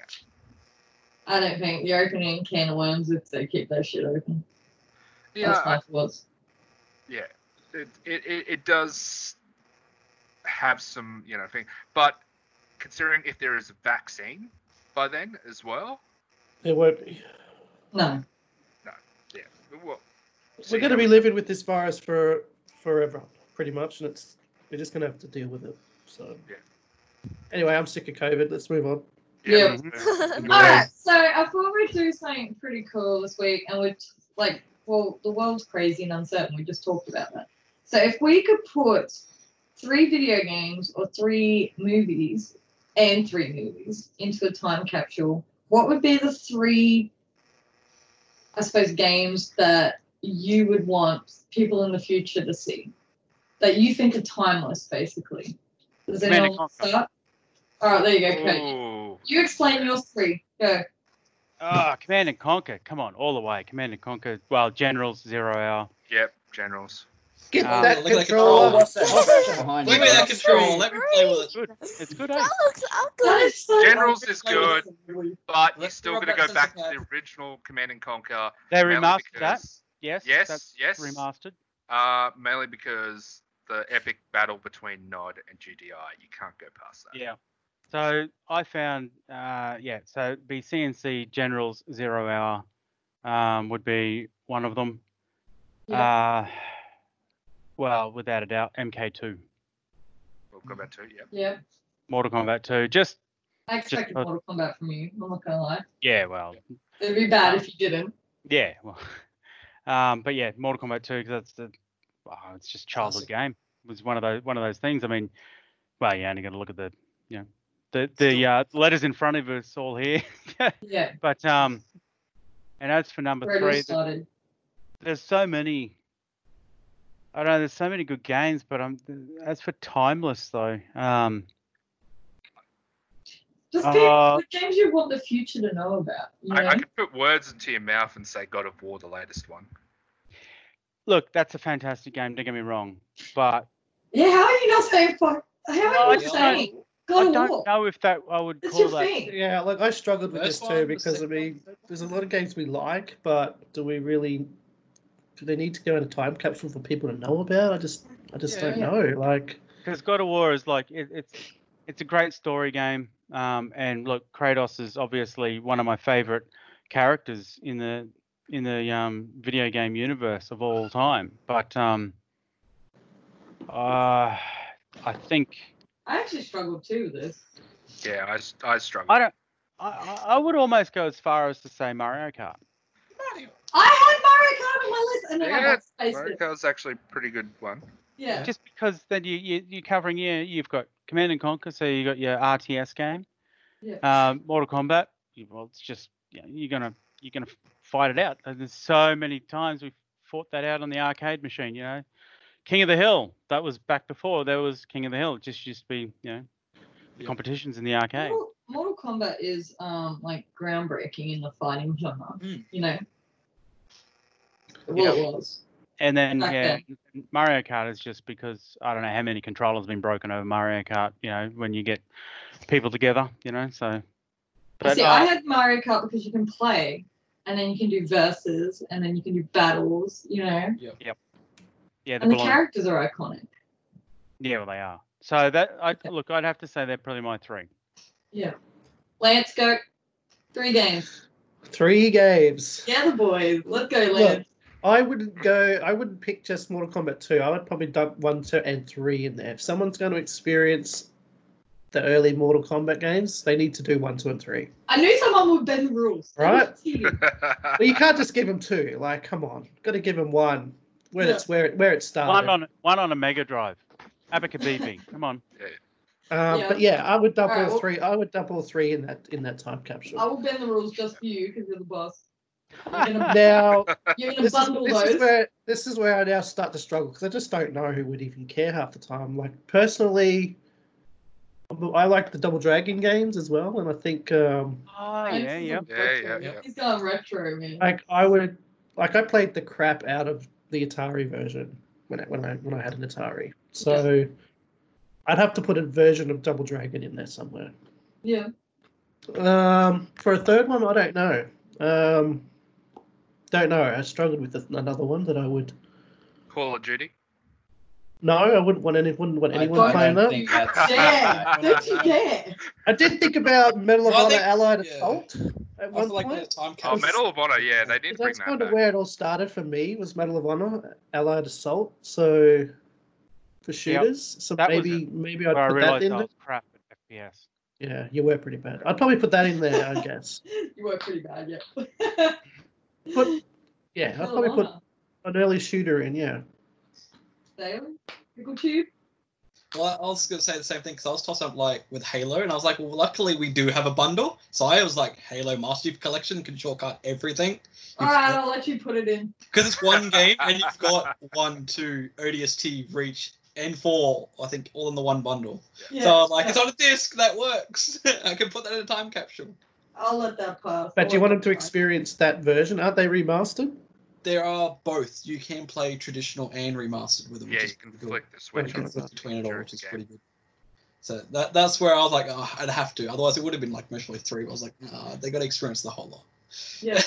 S1: I don't think you're opening a can of worms if they keep that shit open.
S6: Yeah.
S1: That's my thoughts.
S6: yeah it, it, it, it does have some you know thing but considering if there is a vaccine by then as well
S5: It won't be.
S1: No.
S6: yeah well
S5: We're going to be living with this virus for forever, pretty much, and it's we're just going to have to deal with it. So.
S6: Yeah.
S5: Anyway, I'm sick of COVID. Let's move on.
S1: Yeah.
S6: <laughs> yeah. Mm-hmm.
S1: All right, so I thought we'd do something pretty cool this week, and we're t- like, well, the world's crazy and uncertain. We just talked about that. So if we could put three video games or three movies and three movies into a time capsule, what would be the three, I suppose, games that you would want people in the future to see that you think are timeless, basically? Does
S2: Command and
S1: anyone want to
S2: Conquer.
S1: start? All right, there you
S5: <laughs>
S1: go, Kurt.
S6: Ooh,
S1: You explain yours three. Go.
S2: Ah, Command and Conquer. Come on, all the way. Command and Conquer. Well, Generals Zero Hour.
S6: yep generals
S5: Get
S2: Um,
S5: that
S4: look at that
S5: controller.
S3: Oh, what's that? What's that behind
S4: Give me that
S3: you?
S4: control. Let me play with it.
S2: Good. It's good. Eh?
S7: <laughs> That looks
S1: That <laughs>
S7: ugly. <laughs>
S1: is so
S6: Generals is good. but you're
S4: Let's throw
S6: still
S4: back
S6: going to go
S4: some
S6: back to
S4: stuff.
S6: the original command and conquer
S2: They
S6: mainly
S2: remastered that.
S6: because-
S2: Yes.
S6: Yes,
S2: That's
S6: yes.
S2: Remastered.
S6: uh mainly because the epic battle between nod and gdi you can't go past that
S2: Yeah. So I found, uh, yeah, so it'd be CNC Generals Zero Hour um, would be one of them.
S1: Yeah.
S2: Uh, well, without a doubt, MK2,
S6: We'll go back to it. Yeah.
S1: Yeah.
S2: Mortal Kombat 2. Just,
S1: I expected
S2: Just- uh,
S1: Mortal Kombat from you. I'm not gonna lie.
S2: yeah, well,
S1: It'd be bad if you didn't.
S2: yeah, well, <laughs> um, but yeah, Mortal Kombat 2 because that's the, wow, it's just childhood game. It was one of those one of those things. I mean, well, you only got to look at the, you know, the the uh, letters in front of us all here. <laughs>
S1: Yeah.
S2: But um, and as for number
S1: Where it all
S2: three,
S1: started.
S2: there's so many. I don't know. There's so many good games, but I'm as for timeless though. Um,
S1: Just
S2: Uh,
S1: pick the games you want the future to know about. You know?
S6: I, I can put words into your mouth and say God of War, the latest one.
S2: look, that's a fantastic game. Don't get me wrong, but
S1: yeah. How are you not saying fuck? How are
S2: Well, I
S1: you not
S4: just
S1: saying
S2: I
S1: God of War?
S2: don't know if that I would
S1: It's
S2: call
S1: your
S2: that.
S1: thing.
S5: Yeah, like I struggled with
S4: First
S5: this too
S4: one, the
S5: because I
S4: second
S5: mean,
S4: one,
S5: there's a lot of games we like, but do we really? Do they need to go in a time capsule for people to know about? I just, I just
S4: Yeah.
S5: don't know. Like,
S2: because God of War is like it, it's it's a great story game. Um, and look, Kratos is obviously one of my favorite characters in the in the um, video game universe of all time. But um, uh, I think
S1: I actually struggled too with this.
S6: Yeah, I, s- I struggle.
S2: I don't. I, I- I would almost go as far as to say Mario Kart.
S4: Mario.
S1: I had Mario Kart on my list and then
S6: Yeah,
S1: I got spaced. it.
S6: Mario's actually a pretty good one.
S1: Yeah.
S2: Just because then you, you you're covering yeah you've got Command and Conquer, so you got your RTS game.
S1: Yeah.
S2: um, Mortal Kombat. you- Well, it's just you know, you're gonna you're gonna fight it out. And there's so many times we fought that out on the arcade machine. You know, King of the Hill. That was back before there was King of the Hill. It just used to be you know the
S4: Yeah.
S2: competitions in the arcade.
S1: Mortal, Mortal Kombat is um like groundbreaking in the fighting genre.
S4: Mm.
S1: You know. Well,
S2: Yeah.
S1: it was.
S2: And then
S1: Back
S2: yeah, Mario Kart is just because I don't know how many controllers have been broken over Mario Kart. You know, when you get people together, you know, so. But
S1: See,
S2: uh,
S1: I had Mario Kart because you can play, and then you can do verses, and then you can do battles. You know,
S2: yeah, the
S1: and the
S2: balloon.
S1: characters are iconic.
S2: yeah, well, they are. So that I look, I'd have to say they're probably my three.
S1: Yeah. Lance, go. Three games.
S5: three games.
S1: Yeah, the boys. Let's go,
S5: Look,
S1: Lance.
S5: I wouldn't go. I wouldn't pick just Mortal Kombat two. I would probably dump one, two, and three in there. If someone's going to experience the early Mortal Kombat games, they need to do one, two, and three.
S1: I knew someone would bend the rules.
S5: Right.
S1: Yeah.
S5: But you can't just give them two. Like, come on, got to give them one. Where
S1: Yeah.
S5: it's where it where it started.
S2: One on one on a Mega Drive. Abacabibi.
S1: <laughs>
S2: Come on.
S5: Um,
S1: Yeah.
S5: But yeah, I would dump all,
S1: Alright, well-
S5: three. I would dump all three in that in that time capsule.
S1: I will bend the rules just for you because you're the boss. You're
S2: <laughs>
S1: gonna,
S5: now
S1: you're gonna
S5: this is,
S1: bundle
S5: this
S1: those.
S5: is where this is where I now start to struggle because I just don't know who would even care half the time. Like personally, I like the Double Dragon games as well, and I think um,
S2: Oh
S1: Lance
S2: yeah,
S1: is
S2: yeah.
S1: a
S6: Yeah,
S1: retro.
S6: yeah, yeah.
S1: He's going retro, man.
S5: like I would like I played the crap out of the Atari version when I, when I when I had an Atari. So I'd have to put a version of Double Dragon in there somewhere.
S1: yeah.
S5: Um, for a third one, I don't know. Um, don't know. I struggled with another one that I would.
S6: <laughs> Call of Duty.
S5: No, I wouldn't want any. Wouldn't want
S3: I
S5: anyone
S3: don't
S5: playing that.
S3: think that's-
S1: Yeah. Don't
S4: <laughs>
S1: you dare.
S5: I did think about Medal of
S4: Well, I
S5: Honor
S4: think-
S5: Allied
S4: yeah.
S5: Assault at
S4: I
S5: one
S4: feel like that
S5: point.
S4: time
S6: Oh,
S5: was-
S4: capsule.
S6: Medal of Honor. Yeah, they did
S5: But
S6: bring
S5: That's
S6: that
S5: kind of
S6: back.
S5: where it all started for me was Medal of Honor Allied Assault. So for shooters, so
S2: That was
S5: maybe maybe I'd
S2: But I
S5: put that
S2: realised
S5: in.
S2: I
S5: there.
S2: was crap at FPS.
S5: Yeah, you were pretty bad. I'd probably put that in
S2: <laughs>
S5: there, I guess.
S1: You were pretty bad, yeah.
S5: But yeah, I'd
S1: <laughs>
S5: probably put an early shooter in. Yeah,
S1: Dale, Pickle Tube.
S4: Well, I was going to say the same thing because I was tossing up like with Halo, and I was like, well, luckily we do have a bundle. So I was like, Halo Master Chief Collection can shortcut everything
S1: All right, I'll let you put it in.
S4: because it's
S6: <laughs>
S4: one game and you've got one, two, ODST, Reach, and four, I think, all in the one bundle.
S1: Yeah.
S4: So I'm like, it's on a disc, that works. <laughs> I can put that in a time capsule.
S1: I'll let that pass.
S5: but do you want them to
S1: experience?
S5: experience that version? Aren't they remastered?
S4: There are both. You can play traditional and remastered with them.
S6: Yeah,
S4: which
S6: you
S4: is
S6: can
S4: pretty good.
S6: flick the
S5: Which
S4: You
S6: switch.
S4: can
S5: one's
S4: flip
S5: that?
S4: between it all,
S6: Sure,
S4: which
S6: it's
S4: is
S6: a
S4: pretty good. So that that's where I was like, oh, I'd have to. Otherwise, it would have been like Metroid Three. I was like, oh, they got to experience the whole lot.
S1: Yeah.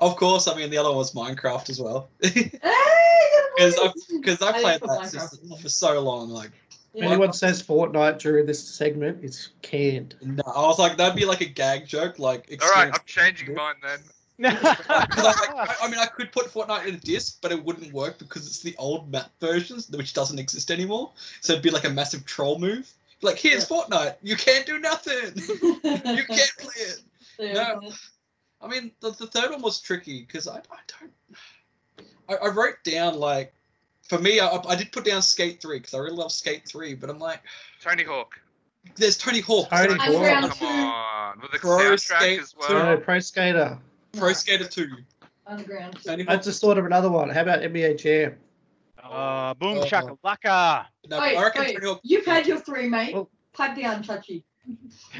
S4: of course, I mean the other one was Minecraft as well, <laughs>
S1: Hey, you gotta
S4: Because
S1: put it in.
S4: I've- because
S1: I
S4: I
S1: didn't
S4: played
S1: put
S4: that
S1: Minecraft
S4: since-
S1: in.
S4: for so long. Like
S5: If
S1: Yeah.
S5: anyone says Fortnite during this segment, it's canned.
S4: No, I was like, that'd be like a gag joke, like.
S6: All right,
S4: experience-
S6: I'm changing mine then.
S4: 'Cause I, I, I mean, I could put Fortnite in a disc, but it wouldn't work because it's the old map versions, which doesn't exist anymore. So it'd be like a massive troll move. Like, here's Fortnite. You can't
S1: <laughs>
S4: do nothing. you can't play it. No. I mean, the, the third one was tricky because I, I don't. I, I wrote down, like, for me, I, I did put down Skate 3 because I really love Skate 3, but I'm like,
S6: Tony Hawk.
S4: there's Tony Hawk.
S5: Tony
S4: It's like,
S1: And
S5: Hawk.
S1: round two.
S6: Come on, with the
S4: Pro
S6: soundtrack
S4: Skate
S6: as
S5: No,
S2: Uh,
S6: well.
S5: Oh, Pro Skater.
S4: Pro Skater 2.
S1: Underground.
S4: Tony
S5: I
S4: Hawk.
S5: just thought of another one. How about NBA Jam?
S2: <laughs> uh, boom
S4: Oh.
S2: shakalaka. <laughs>
S4: No,
S1: wait,
S4: I reckon
S1: wait.
S4: Tony Hawk.
S1: You've had your three, mate.
S5: Oh.
S1: Pipe down, touchy.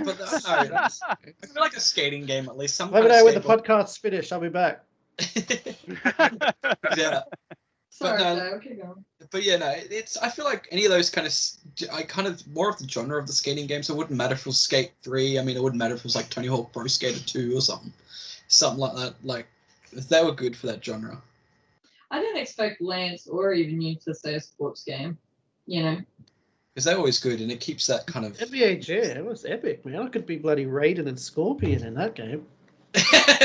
S4: But no, no,
S1: <laughs>
S4: that's- I feel like a skating game at least. Some
S5: Let
S4: kind
S5: me
S4: of
S5: know when the
S4: skateboard.
S5: podcast's finished. I'll be back.
S4: <laughs> yeah,
S1: Sorry,
S4: no.
S1: Dale. Keep going.
S4: but yeah, no, it's. I feel like any of those kind of, s- I kind of more of the genre of the skating games. It wouldn't matter if it was Skate Three. I mean, it wouldn't matter if it was like Tony Hawk Pro Skater Two or something, something like that. Like they were good for that genre.
S1: I didn't expect Lance or even you to say a sports game. You know,
S4: Because they're always good, and it keeps that kind of.
S5: NBA Jam, it was epic, man. I could be bloody Raiden and Scorpion in that game.
S4: <laughs>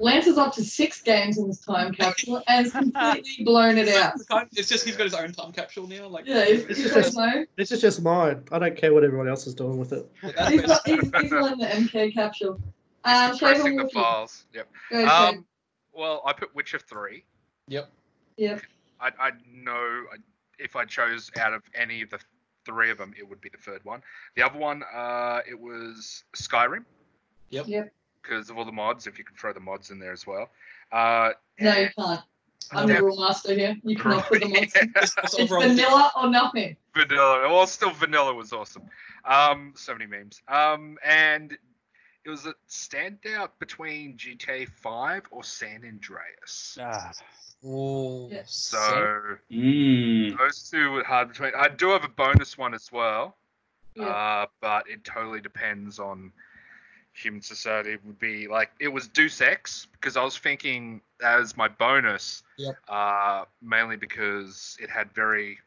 S1: Lance is up to six games in this time capsule and has completely blown it out.
S4: it's just he's got his own time capsule now. Like
S1: Yeah, he's, he's, like, no.
S5: This is just mine. I don't care what everyone else is doing with it.
S4: that's
S1: he's,
S4: basically-
S1: got, he's, he's all in the MK capsule.
S5: Uh,
S1: Um,
S6: Pressing
S1: Shaven
S6: the
S1: Walker.
S6: files. Yep.
S1: Go, Shane.
S6: Um, well, I put Witcher three.
S4: Yep.
S1: Yep.
S6: I I know I- if I chose out of any of the three of them, it would be the third one. The other one, uh, it was Skyrim.
S4: Yep.
S1: Yep.
S6: Because of all the mods, if you can throw the mods in there as well. Uh,
S1: No, you can't. I'm the rule master here. You cannot put them on.
S4: It's, it's
S1: It's
S4: overall-
S1: vanilla or nothing.
S6: vanilla. Well, still vanilla was awesome. Um, so many memes. Um, and it was a standout between GTA 5 or San Andreas.
S2: Ah,
S4: Oh,
S1: Yeah.
S6: So
S3: Mm.
S6: those two were hard between. I do have a bonus one as well,
S1: Yeah.
S6: uh, but it totally depends on human society. It would be like it was Deus Ex because I was thinking as my bonus,
S4: Yep.
S6: uh, mainly because it had very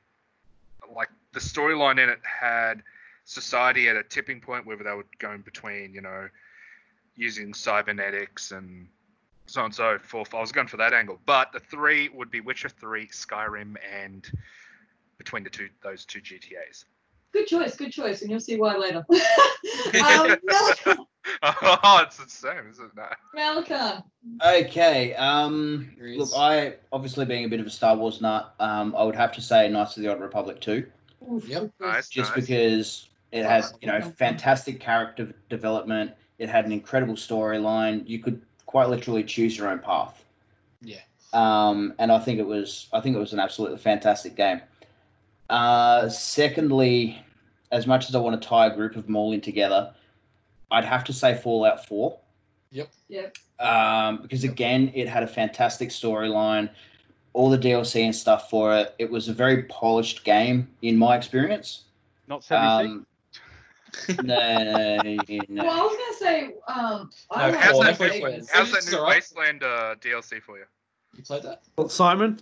S6: like the storyline in it had society at a tipping point where they were going between you know using cybernetics and so on and so forth. I was going for that angle, but the three would be Witcher three, Skyrim, and between the two those two GTA's.
S4: <laughs>
S1: Good choice, good choice, and you'll see why later. um, Malachi-
S6: <laughs> oh, it's the same, isn't it? No.
S1: Malachi.
S3: Okay. Um,
S4: There is-
S3: look, I obviously being a bit of a Star Wars nut, um, I would have to say Knights of the Old Republic too,
S1: Oof,
S4: Yep.
S6: Nice,
S3: just
S6: nice.
S3: because it
S1: Oh,
S3: has you know
S1: okay.
S3: fantastic character development. It had an incredible storyline. You could quite literally choose your own path.
S4: Yeah.
S3: Um, and I think it was I think it was an absolutely fantastic game. Uh, secondly, as much as I want to tie a group of them all in together, I'd have to say Fallout Four
S1: Yep.
S3: um, because again, it had a fantastic storyline, all the DLC and stuff for it. It was a very polished game in my experience.
S2: not 76.
S4: <laughs>
S3: Um, no, no, no,
S1: Well, I
S3: no.
S1: was going to say, um, I
S4: No,
S1: like
S6: how's
S1: Las
S6: that different?
S1: Vegas.
S6: How's that
S4: It's
S6: new
S4: alright.
S6: Wasteland uh, DLC for you?
S4: You played that?
S5: Well, Simon,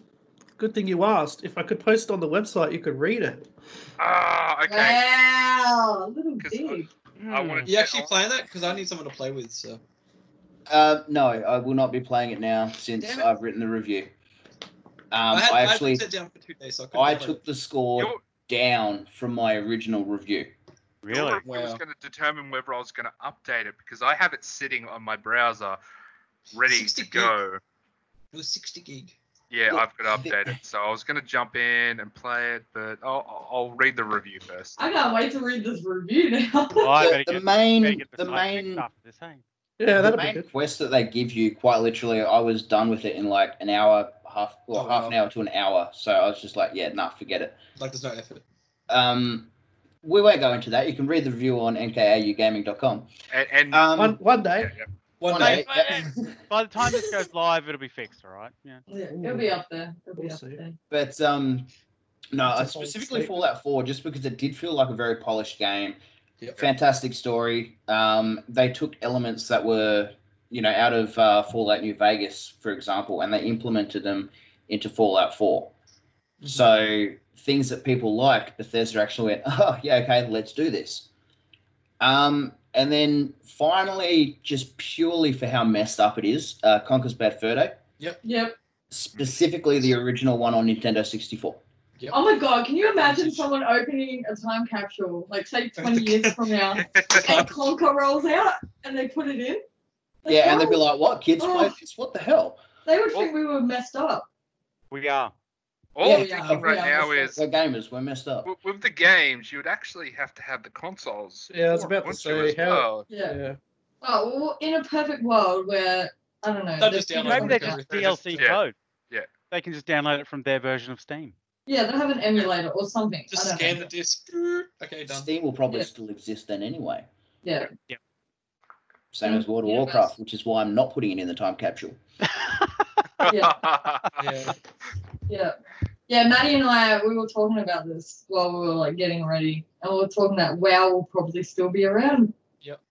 S5: good thing you asked. If I could post it on the website, you could read it.
S6: Ah, okay.
S1: Wow, little
S6: 'Cause
S1: dig.
S6: Um, I wanted
S4: You
S6: to-
S4: actually playing that? Because I need someone to play with.
S3: Um,
S4: So.
S3: Uh, no, I will not be playing it now since
S4: Damn it.
S3: I've written the review. Um,
S4: I, had,
S3: I
S4: I
S3: actually
S4: sit down for two days, so I, couldn't
S3: I
S4: play.
S3: took the score
S6: Your-
S3: down from my original review.
S2: Hmm, really?
S6: It was
S4: Wow.
S6: going to determine whether I was going to update it because I have it sitting on my browser, ready
S4: 60
S6: to
S4: gig.
S6: go.
S4: It was 60 gig.
S6: Yeah,
S3: Look,
S6: I've got to
S3: the-
S6: update it. So I was going to jump in and play it, but I'll, I'll read the review first.
S1: I can't wait to read this review now. <laughs>
S2: Well, I
S3: <laughs>
S2: better
S3: the, the
S2: get, better
S3: main,
S2: get the,
S3: the main,
S2: stuff this, hey?
S5: Yeah,
S3: the
S5: that'd be
S3: main
S5: good.
S3: quest that they give you, quite literally, I was done with it in like an hour, half, well,
S4: Oh,
S3: half an
S4: wow.
S3: hour to an hour. So I was just like, yeah, nah, forget it.
S4: Like there's no effort.
S3: Um, we won't go into that. You can read the review on nkaugaming.com.
S6: And, and
S4: Uh,
S3: Um,
S5: One, one
S6: yeah,
S5: day,
S6: yeah.
S4: One,
S3: one
S4: day.
S3: day,
S2: day.
S3: yeah.
S2: By the time this goes live, it'll be fixed, all right? Yeah.
S1: Yeah, it'll be up there. It'll be
S5: We'll
S1: up
S5: see.
S1: there.
S3: but um, no,
S5: That's
S3: I
S5: a bold
S3: specifically
S5: statement.
S3: Fallout 4 just because it did feel like a very polished game.
S4: Yep.
S3: Fantastic story. Um, they took elements that were, you know, out of uh, Fallout New Vegas, for example, and they implemented them into Fallout 4. So things that people like, Bethesda actually went, <laughs> oh, yeah, okay, let's do this. Um, and then finally, just purely for how messed up it is, uh, Conker's Bad Fur Day,
S1: Yep.
S3: specifically the original one on Nintendo 64.
S1: Oh my god, can you imagine someone opening a time capsule, like
S4: <laughs>
S1: say 20 years from now, and Conker rolls out and they put it in? Like,
S3: Yeah, and
S1: how-
S3: they'd be like, what, kids
S1: Oh.
S3: play this? What the hell?
S1: they would think we were messed up.
S2: We are.
S6: All
S3: Yeah,
S6: I'm
S1: yeah,
S6: thinking right
S1: yeah,
S6: now
S1: yeah.
S6: is
S3: We're gamers, we're messed up.
S6: with, with the games, you would actually have to have the consoles.
S5: Yeah, I was
S6: for
S5: about to
S6: once
S5: say,
S6: as
S5: how-
S6: well.
S1: Yeah.
S5: Yeah.
S1: Oh, well, in a perfect world where, I don't know.
S4: They'll
S1: the
S4: just
S1: people-
S4: download
S2: Maybe
S4: it.
S2: they're just
S4: They're just-
S2: DLC
S6: yeah,
S2: code.
S6: yeah.
S2: They can just download it from their version of Steam.
S1: Yeah, they'll have an emulator or something. I
S4: Just
S1: don't
S4: scan
S1: know.
S4: the disc. Okay, done.
S3: Steam will probably
S1: Yeah.
S3: still exist then anyway.
S1: Yeah.
S3: Same
S1: Mm,
S3: as World of
S1: yeah,
S3: Warcraft, which is why I'm not putting it in the time capsule. <laughs>
S4: Yeah.
S1: Yeah. Yeah, Maddie and I, we were talking about this while we were like getting ready, and we were talking that WoW will probably still be around.
S4: Yep.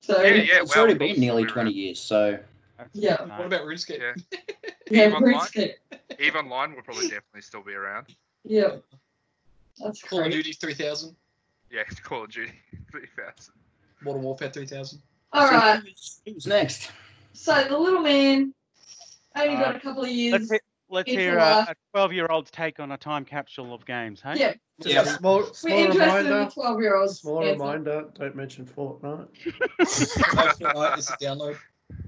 S1: So
S6: Yeah, yeah.
S3: it's
S6: well,
S3: already
S6: we'll
S3: been nearly
S6: still be
S3: 20 years, so
S2: That's-
S1: Yeah.
S2: no.
S4: What about RuneScape?
S6: <laughs> Yeah.
S1: yeah,
S6: Eve Online?
S1: RuneScape.
S6: around. Eve Online will probably definitely still be around.
S1: Yeah. That's
S4: Call of
S1: crazy.
S4: Duty 3000,
S6: Yeah, <laughs> Call of Duty 3000.
S4: Modern Warfare 3000.
S1: All
S3: So
S1: right.
S3: who's,
S1: <laughs>
S3: who's next?
S1: So the little man only got
S2: Uh,
S1: a couple of
S2: Let's
S1: years.
S2: hear, let's
S1: It's
S2: hear
S1: a
S2: uh,
S1: laugh.
S2: a 12 year old's take on a time capsule of games, hey?
S1: Yeah,
S5: Just
S3: Yeah.
S5: a small,
S1: we're
S5: small
S1: interested in
S5: reminder.
S1: the twelve-year-olds.
S5: Small
S1: Yeah,
S5: reminder. Don't mention Fortnite.
S4: Fortnite is a download.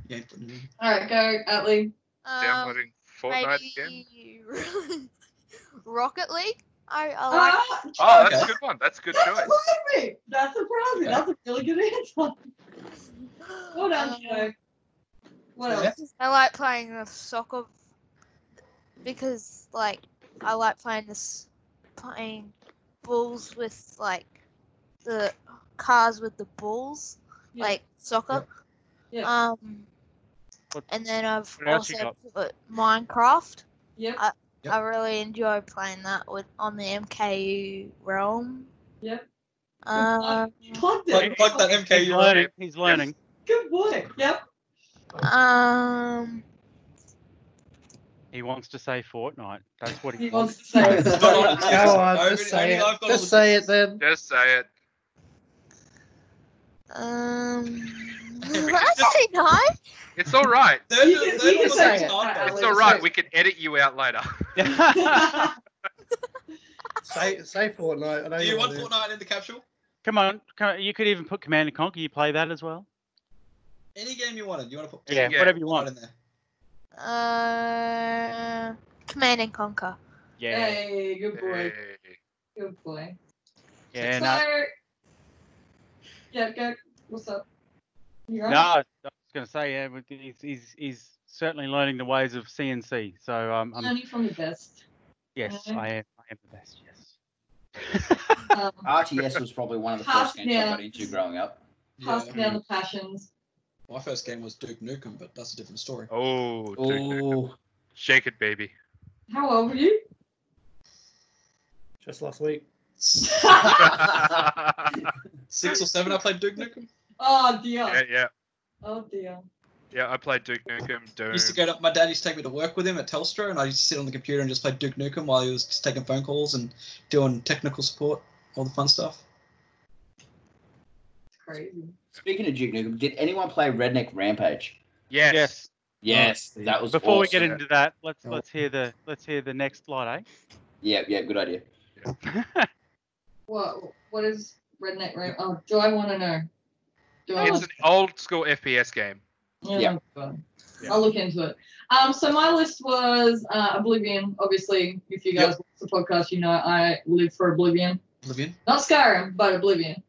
S4: Yeah, put it in.
S1: All right, go, Atlee.
S7: Um,
S6: Downloading Fortnite again.
S7: maybe <laughs> Rocket League. I, I like.
S1: Ah,
S6: Oh, that's
S4: Okay.
S6: a good one. That's a good
S1: that <laughs>
S6: choice.
S1: surprised me. That surprised me. That's a really good answer. <laughs> Well done,
S7: Um,
S1: Joe. What
S4: Yeah.
S1: else?
S7: I like playing the soccer because, like, I like playing this playing balls with like the cars with the balls,
S1: Yeah.
S7: like soccer.
S1: Yeah.
S7: Um,
S2: What-
S7: and then I've
S2: what else you
S7: also put Minecraft.
S1: Yep.
S4: Yep.
S7: I really enjoy playing that with on the MKU realm.
S1: Yep.
S7: Um,
S1: Plugged it.
S4: Plug, plug that
S2: He's
S4: MKU.
S2: learning. He's learning.
S1: Good boy. Yep.
S7: um,
S2: He wants to say Fortnite. That's what he,
S1: He wants
S2: wants. <laughs>
S1: to <laughs> say
S4: It's not on the
S5: <laughs>
S4: disc.
S5: Go on,
S4: Only-
S5: just say
S4: only
S5: it.
S4: I've got all the
S5: Just say it
S4: discs. <laughs>
S5: then.
S6: Just say it.
S7: um, <laughs>
S2: <laughs>
S7: actually no.
S6: It's all right.
S4: They're
S1: You
S4: the-
S1: can-
S4: they're
S1: you can
S4: the ones
S1: say
S4: that's
S1: it.
S4: hard,
S1: I- I
S4: though.
S6: It's
S1: will
S6: all right.
S1: say- Oh,
S6: We can edit you
S1: <laughs>
S6: out later.
S5: Say say Fortnite. I know
S4: Do you want
S5: wanna-
S4: Fortnite in the capsule?
S2: come, on, come on. You could even put Command and Conquer. You play that as well?
S4: Any game you wanted. You want to put
S2: Yeah,
S6: Yeah.
S2: whatever you
S4: Fortnite
S2: want.
S4: in there?
S7: Uh, Command and Conquer.
S2: Yeah.
S1: hey, good boy.
S6: Hey.
S1: Good boy.
S2: Yeah.
S1: so,
S2: no.
S1: yeah, go. What's up? You
S2: No,
S1: right?
S2: I was going to say, yeah, but he's, he's, he's certainly learning the ways of CNC. So, um, I'm,
S1: Only from the best.
S2: yes,
S1: Mhm.
S2: I am, I am the best. Yes.
S1: Um,
S3: RTS was probably one of the
S1: Half
S3: first games I
S1: down.
S3: got into growing up.
S1: pass
S4: Yeah.
S1: down the passions.
S4: My first game was Duke Nukem, but that's a
S1: <laughs>
S4: different story. <laughs>
S6: Oh, dude, dude.
S3: Oh,
S6: shake
S3: <laughs>
S6: it, baby.
S1: How old were you?
S5: Just last week.
S1: oh
S6: yeah,
S4: Six or seven, I played Duke Nukem.
S1: dear.
S6: yeah,
S1: Oh dear.
S6: yeah. I played Duke Nukem. Doom.
S4: Used to go to my dad used to take me to work with him at Telstra, and I used to sit on the computer and just play Duke Nukem while he was just taking phone calls and doing technical support, all the fun stuff.
S1: It's crazy.
S3: speaking of Duke Nukem, did anyone play Redneck Rampage?
S6: yes.
S2: yes.
S3: Yes, that was
S2: Before we get
S3: awesome.
S2: into that, let's
S4: Oh.
S2: let's hear the let's hear the next slide,
S3: Yeah, yeah, good idea.
S2: eh?
S1: What? What is redneck room? Oh, do I want to know? Do I?
S6: It's an old school FPS game.
S1: Yeah.
S3: Yeah.
S1: fun. I'll look into it. Um, so my list was uh, Oblivion. Obviously, if you guys watch the podcast, you know I live for Oblivion.
S4: Oblivion.
S1: Not Skyrim, but Oblivion.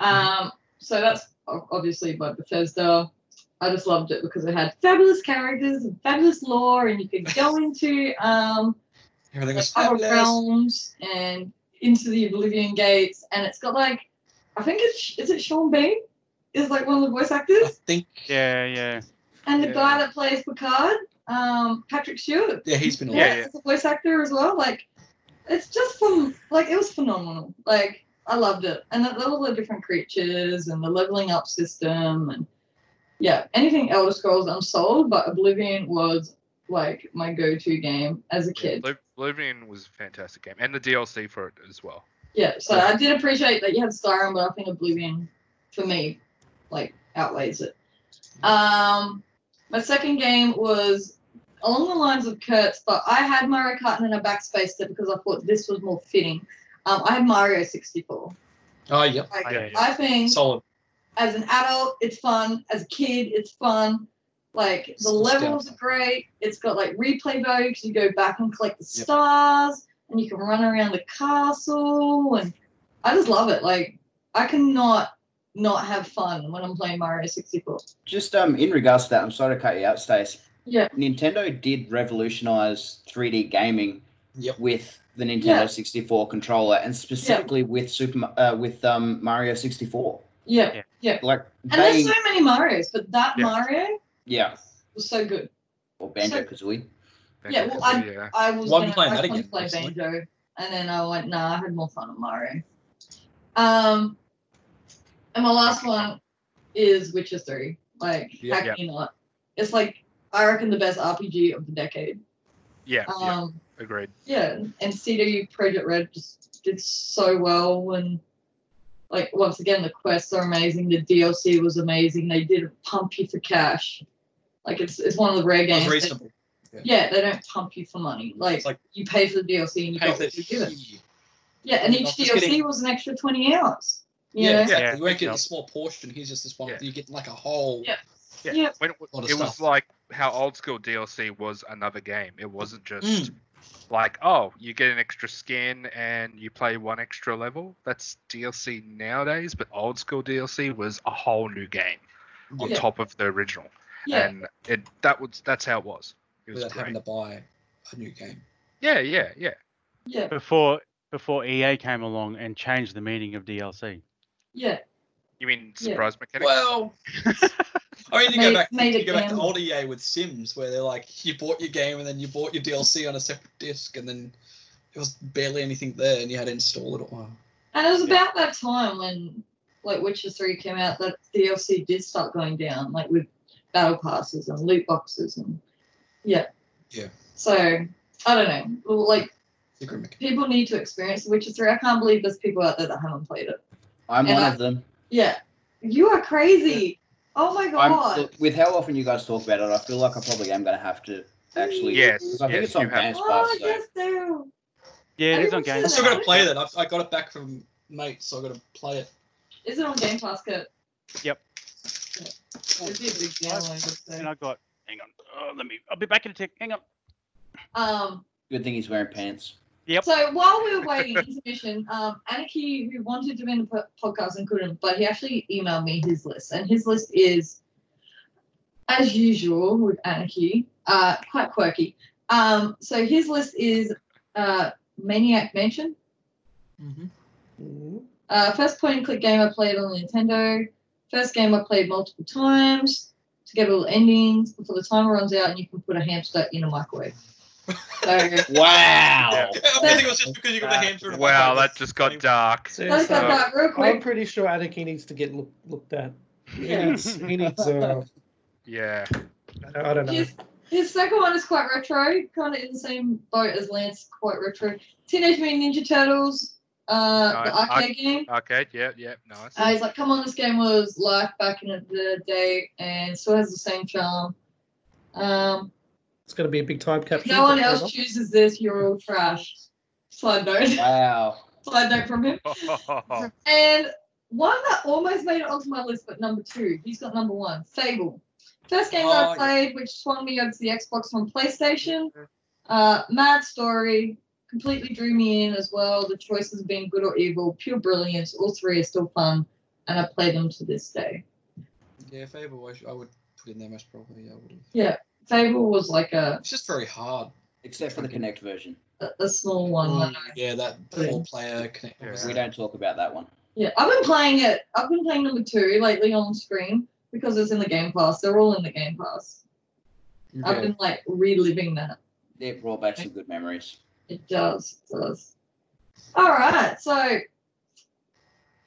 S1: Um, so that's o- obviously by Bethesda. I just loved it because it had fabulous characters and fabulous lore, and you could
S4: <laughs>
S1: go into um,
S4: Everything
S1: like
S4: was
S1: other
S4: fabulous.
S1: realms and into the Oblivion gates, and it's got like, I think it's is it Sean Bean is like one of the voice
S4: I
S1: actors,
S4: think
S2: yeah, yeah.
S1: and the
S6: Yeah.
S1: guy that plays Picard, um, Patrick Stewart,
S4: yeah, he's been
S1: yeah,
S4: away.
S6: Yeah, yeah.
S1: is a voice actor as well. Like, it's just from like it was phenomenal. Like I loved it, and the, all the different creatures and the leveling up system, and yeah, anything Elder Scrolls, I'm sold. But Oblivion was like my go-to game as a kid.
S6: Obli- Oblivion was a fantastic game, and the DLC for it as well.
S1: Yeah, so I did appreciate that you had Skyrim, but I think Oblivion, for me, like outweighs it. Um, my second game was along the lines of Kurt's, but I had Mario Kart and then I backspaced it because I thought this was more fitting. Um, I had Mario 64.
S4: Oh, yep.
S1: Like,
S2: Yeah, yeah.
S1: I think
S4: Solid.
S1: as an adult, it's fun. As a kid, it's fun. Like the
S4: Some
S1: levels
S4: stuff.
S1: are great. It's got like replay value because you go back and collect the
S4: Yep.
S1: stars, and you can run around the castle, and I just love it. Like I cannot not have fun when I'm playing Mario 64.
S3: Just um, in regards to that, I'm sorry to cut you out, Stace.
S1: Yeah.
S3: Nintendo did revolutionize 3D gaming
S4: Yep.
S3: with the Nintendo
S1: Yeah.
S3: 64 controller, and specifically with Super Ma- uh, with um, Mario 64.
S1: Yeah,
S2: Yeah.
S3: Like
S1: and
S3: they,
S1: there's so many Marios, but that
S6: Yeah.
S1: Mario
S3: yeah,
S1: was so good.
S3: or Banjo Kazooie.
S1: Yeah, well, I-
S6: yeah.
S1: I was
S4: Well, I'm
S1: gonna,
S4: playing
S1: I
S4: that
S1: wanted
S4: again,
S1: to play
S4: personally.
S1: Banjo, and then I went, nah, I had more fun on Mario. Um, and my last one is Witcher Three. Like,
S4: Yeah.
S1: how can you not? It's like I reckon the best RPG of the decade.
S6: yeah, yeah,
S1: Um,
S6: agreed.
S1: yeah, and CD Projekt Red just did so well, and like once again, the quests are amazing. The DLC was amazing. They did pump you for cash. Like it's it's one of the rare
S4: That
S1: games.
S4: was
S1: that-
S4: reasonable.
S1: yeah, they don't pump you for money. Like,
S4: It's like-
S1: you pay for the DLC and you
S4: Pay
S1: got
S4: for
S1: what
S4: the
S1: you're given. Yeah, and each
S4: Not just
S1: DLC
S4: getting-
S1: was an extra twenty hours. You
S4: Yeah,
S1: know?
S4: exactly.
S2: Yeah.
S4: You won't get
S6: Yeah.
S4: a small portion. Here's just this one.
S6: Yeah.
S4: You get like a whole.
S1: Yeah.
S6: Yeah.
S1: Yeah.
S6: When it,
S4: Lot of
S6: it was
S4: stuff.
S6: like how old school DLC was another game. It wasn't just
S4: Mm.
S6: like, oh, you get an extra skin and you play one extra level. That's DLC nowadays, but old school DLC was a whole new game on
S1: Yeah.
S6: top of the original.
S4: Um,
S1: Yeah.
S6: And it that was that's how it was. It was
S4: without
S6: great.
S4: having to buy a new game.
S6: Yeah, yeah, yeah.
S1: yeah,
S2: before before EA came along and changed the meaning of DLC.
S1: yeah,
S6: You mean
S1: Yeah.
S6: surprise mechanic? <laughs>
S4: Well, I mean, you
S1: Made-
S4: go back,
S1: made
S4: you
S1: it
S4: go back to
S1: down.
S4: old EA with Sims, where they're like, you bought your game and then you bought your DLC on a separate disc, and then there was barely anything there, and you had to install it. Oh, Wow.
S1: And it was about that time when like Witcher Three came out that DLC did start going down, like with battle passes and loot boxes and yeah.
S4: Yeah.
S1: So I don't know. Well, Like
S4: The grim mechanic.
S1: people need to experience Witcher Three. I can't believe there's people out there that haven't played it.
S3: I'm
S1: And
S3: one
S1: I-
S3: of them.
S1: Yeah. You are crazy. Oh my
S3: I'm
S1: god.
S3: look, with how often you guys talk about it, I feel like I probably am going to have to actually.
S6: Yes,
S3: because I think
S6: yes,
S3: it's on
S6: you have
S3: Dance
S1: Mm. Oh,
S3: Pass. So.
S1: yes, do.
S2: Yeah,
S1: I
S2: it is on
S1: didn't
S2: Game
S4: I
S1: see
S4: still got to play that. I've, I got it back from mates, so I got to play it.
S1: Is it on Game Pass, Kurt?
S2: Yep.
S1: Yeah. It'd be a big download. I'd say.
S2: And I got. Hang on. Oh, let me. I'll be back in a tick. Hang on.
S1: Um,
S3: Good thing he's wearing pants.
S2: Yep.
S1: so while we were waiting intermission, um, Anarchy, who wanted to be in the po- podcast and couldn't, but he actually emailed me his list, and his list is, as usual with Anarchy, uh, quite quirky. Um, so his list is uh, Maniac Mansion,
S4: Mm-hmm.
S5: Mhm.
S1: Uh, first point and click game I played on Nintendo. First game I played multiple times to get all the endings before the timer runs out and you can put a hamster in a microwave.
S6: <laughs>
S1: So that's
S3: Wow.
S4: <laughs> I think it was just because you got a
S2: Uh,
S4: hamster. in a
S6: Wow,
S4: microwave.
S6: that just got dark.
S1: got
S5: Seriously,
S1: that real
S5: I'm
S1: quick.
S5: pretty sure Anarchy needs to get look, looked at. He
S1: Yeah.
S5: needs, he needs uh,
S6: Yeah.
S5: I don't- I don't know.
S1: His, his second one is quite retro, kind of in the same boat as Lance, quite retro. Teenage Mutant Ninja Turtles, uh, the
S6: No, I-
S1: arcade game.
S6: Arcade. Yeah, yeah. Nice.
S1: Uh, he's like, come on, this game was life back in the day and still has the same charm. Um,
S5: It's going to be a big time
S1: If
S5: capture.
S1: no one else chooses this, you're all trash. Slide note. <laughs>
S3: Wow.
S1: Slide note from him.
S6: <laughs>
S1: And one that almost made it onto my list, but number two. He's got number one. Fable. First game that
S4: Oh,
S1: I
S4: yeah.
S1: played, which swung me over to the Xbox from PlayStation. Uh, mad story. Completely drew me in as well. The choices of being good or evil, pure brilliance. All three are still fun, and I play them to this day.
S4: Yeah, Fable, I, should, I would put in there most probably. I would.
S1: Fable was like a
S4: It's just very hard.
S3: Except for the Kinect version.
S1: a, a small one.
S4: Mm,
S1: that I-
S4: yeah, that
S1: Yeah.
S4: four player connect.
S6: Yeah.
S3: We don't talk about that one.
S1: Yeah, I've been playing it. I've been playing number two lately on screen because it's in the Game Pass. They're all in the Game Pass. I've been like reliving that.
S3: It brought back some good memories.
S1: It does. It does. All right. So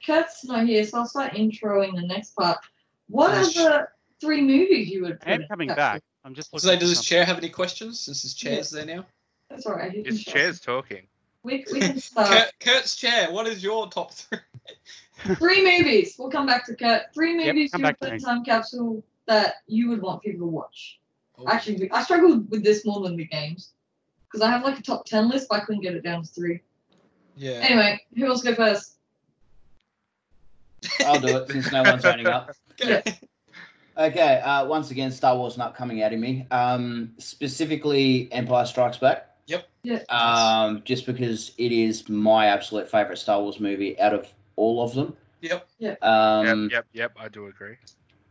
S1: Kurt's not here, so I'll start introing the next part. What are
S4: Yes.
S1: the three movies you would? put
S2: And
S1: in
S2: coming
S1: that
S2: back. I'm just
S4: So,
S2: looking.
S4: does
S2: for
S4: his
S2: something.
S4: chair have any questions since his chair's there now?
S1: film? That's all right. you can <laughs>
S6: His
S1: shout.
S6: chair's talking.
S1: We, we
S2: <laughs>
S1: can start.
S4: Kurt, Kurt's chair. What is your top three?
S1: Three movies. We'll come back to Kurt. Three
S2: Yep,
S1: movies
S2: come
S1: you would
S2: back to
S1: put in
S2: me.
S1: time capsule that you would want people to watch. <laughs> Actually, I struggled with this more than the games because I have like a top ten list, but I couldn't get it down to three.
S4: yeah.
S1: Anyway, who wants to go first?
S3: I'll do it since no one's owning up.
S4: Okay.
S3: Okay, uh, once again, Star Wars not coming out of me. Um, specifically, Empire Strikes Back.
S4: Yep.
S1: Yeah.
S3: Um, just because it is my absolute favorite Star Wars movie out of all of them.
S4: <laughs> Yep.
S3: Um,
S6: yep, yep, yep. I do agree.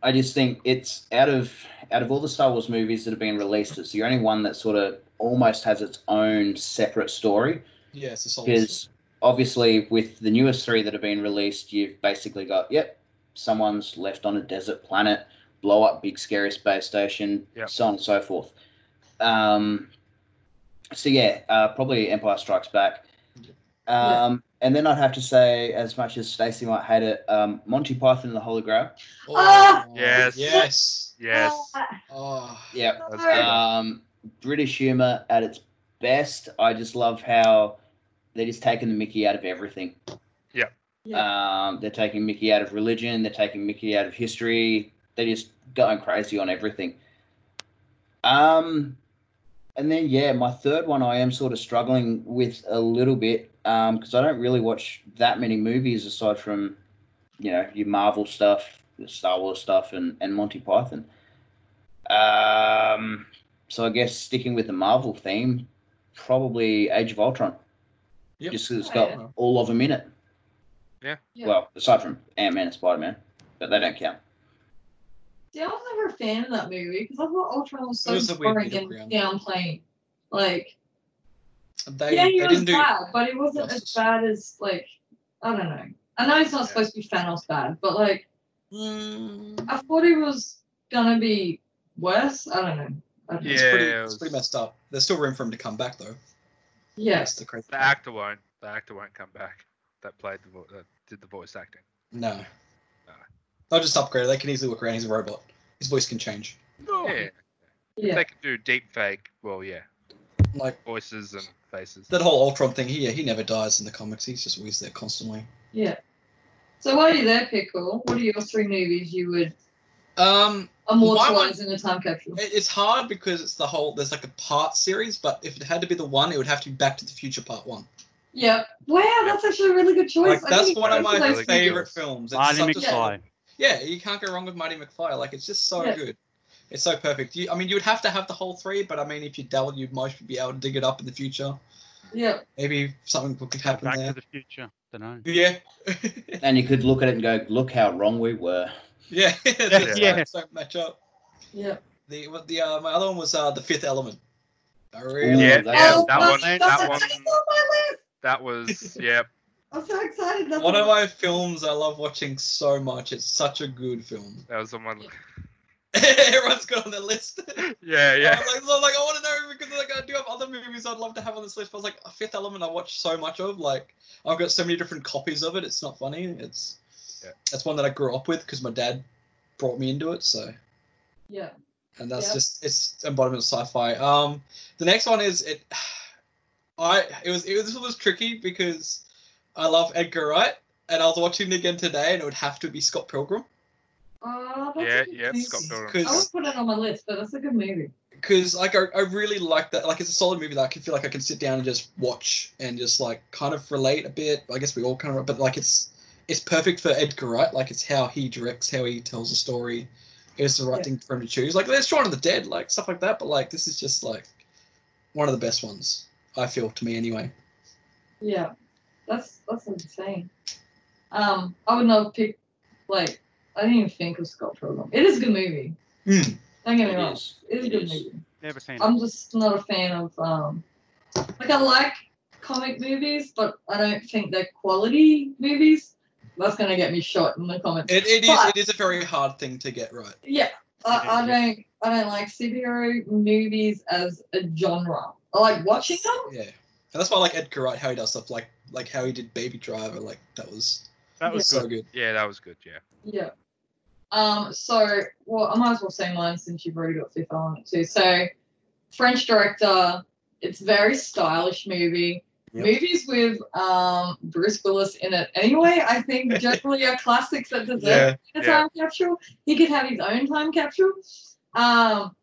S3: I just think it's out of out of all the Star Wars movies that have been released, it's the only one that sort of almost has its own separate story.
S4: Yeah, it's a solid.
S3: Because obviously, with the newest three that have been released, you've basically got yep, someone's left on a desert planet, blow up big scary space station,
S6: Yep.
S3: so on and so forth. Um, so yeah, uh, probably Empire Strikes Back. Um, And then I'd have to say, as much as Stacey might hate it, um, Monty Python and the Holy Grail.
S1: Ah!
S6: Yes.
S4: Oh, Yes.
S6: Yes.
S1: Ah,
S4: Oh.
S3: Yeah,
S6: That's
S1: no.
S6: good.
S3: um, British humor at its best. I just love how they're just taking the Mickey out of everything.
S6: Yeah.
S3: Um, they're taking Mickey out of religion. They're taking Mickey out of history. They're just going crazy on everything. Um, and then yeah, my third one I am sort of struggling with a little bit because I don't really watch that many movies aside from you know your Marvel stuff, your Star Wars stuff, and and Monty Python. Um, so I guess sticking with the Marvel theme, probably Age of Ultron.
S4: Yep.
S3: Just 'cause it's got
S4: Yeah.
S3: all of them in it.
S6: Yeah.
S1: Yeah.
S3: Well, aside from Ant Man and Spider Man, but they don't count.
S1: See, I was never a fan of that movie because I thought Ultron was so
S4: It was a weird
S1: boring and
S4: middle ground.
S1: downplaying. Like,
S4: They,
S1: yeah,
S4: they
S1: he was
S4: didn't do.
S1: bad, but it wasn't as
S4: justice.
S1: bad as like I don't know. I know it's not supposed to be Thanos bad, but like
S4: Mm,
S1: I thought it was gonna be worse. I don't know. I don't know.
S4: it's,
S6: Yeah,
S4: pretty,
S6: it
S4: it's pretty
S6: was-
S4: messed up. There's still room for him to come back though.
S1: Yeah.
S4: That's the crazy.
S6: The actor won't. The actor won't come back. That played the vo- that did the voice acting.
S4: No. They'll just upgrade. it. They can easily work around. He's a robot. His voice can change.
S6: Yeah,
S1: Yeah.
S6: they could do deep fake. Well, yeah,
S4: Like
S6: voices and faces.
S4: that whole Ultron thing. He, yeah, he never dies in the comics. He's just always there constantly.
S1: Yeah. So while you're there, Pickle, what are your three movies you would
S4: Um,
S1: immortalize in a time capsule?
S4: it- it's hard because it's the whole. There's like a part series, but if it had to be the one, it would have to be Back to the Future Part One.
S1: Yep. Wow, that's actually a really good choice.
S4: Like
S1: I
S4: that's
S1: didn't
S4: one of
S1: expect
S4: my
S1: those
S6: Really good.
S4: favorite films. It's
S2: Marty
S4: such a-
S2: McFly.
S4: Yeah, you can't go wrong with Marty McFly. Like it's just so
S1: Yeah.
S4: good. It's so perfect. You, I mean, you would have to have the whole three, but I mean, if you dabble, you might be able to dig it up in the future.
S1: Yeah.
S4: Maybe something could happen
S2: Back
S4: there.
S2: to the Future. Don't know.
S4: Yeah. <laughs>
S3: And you could look at it and go, look how wrong we were.
S4: yeah. <laughs> That's
S2: Yeah.
S4: why it's Don't match up.
S1: Yeah.
S4: The what the uh, my other one was uh, the Fifth Element. I
S3: Ooh,
S4: really.
S6: Yeah,
S3: that
S6: yeah,
S3: one-
S6: that
S1: my-
S6: one,
S2: that
S6: that
S1: a
S6: one,
S1: choice on my list.
S6: that was, yeah,
S1: I'm so excited. That's
S4: One
S1: on
S4: of my films I love watching so much. It's such a good film. <laughs>
S6: that was on my, li-
S4: Everyone's got on the list. Yeah.
S6: yeah, <laughs> yeah,
S4: I was like, so, like, I want to know because like I do have other movies I'd love to have on this list. But I was like, Fifth Element, I watch so much of. Like, I've got so many different copies of it. It's not funny. It's
S6: Yeah.
S4: that's one that I grew up with because my dad brought me into it. So,
S1: Yeah.
S4: and that's
S1: Yeah.
S4: just it's embodiment of sci-fi. Um, the next one is it. <sighs> I it was it was, this was tricky because I love Edgar Wright, and I was watching it again today, and it would have to be Scott Pilgrim
S1: Oh, that's
S6: yeah,
S1: a good
S6: yeah,
S1: movie.
S6: Scott Pilgrim.
S4: because.
S1: I would put it on my list, but that's a good movie.
S4: because like I, I really like that like it's a solid movie that i can feel like i can sit down and just watch and just like kind of relate a bit i guess we all kind of but like it's it's perfect for edgar wright like it's how he directs how he tells a story it was the right
S1: Yeah.
S4: thing for him to choose like there's Shaun of the dead like stuff like that but like this is just like one of the best ones i feel to me anyway
S1: Yeah. That's that's insane. Um, I would not pick like I didn't even think of Scott Pilgrim. It is a good movie.
S4: Mm.
S1: Don't get me
S3: It
S1: wrong.
S3: is.
S1: It is a
S3: It
S1: good
S3: is.
S1: movie.
S2: Never seen
S4: Um,
S2: it.
S1: I'm just not a fan of um like I like comic movies, but I don't think they're quality movies. That's gonna get me shot in the comments.
S4: it, it is
S1: But-
S4: it is a very hard thing to get right
S1: Yeah, I, I don't I don't like superhero movies as a genre. I like watching them.
S4: yeah and that's why I like edgar wright how he does stuff like like how he did baby driver like that was
S2: That was
S4: so
S2: good.
S4: good
S6: yeah, that was good, yeah.
S1: Yeah. Um. So, well, I might as well say mine since you've already got Fifth Element too. So, French director It's very stylish movie.
S3: Yep.
S1: Movies with um, Bruce Willis in it, anyway, I think generally are classics that deserve
S4: Yeah,
S1: a
S6: yeah.
S1: time capsule. He could have his own time capsule. Um,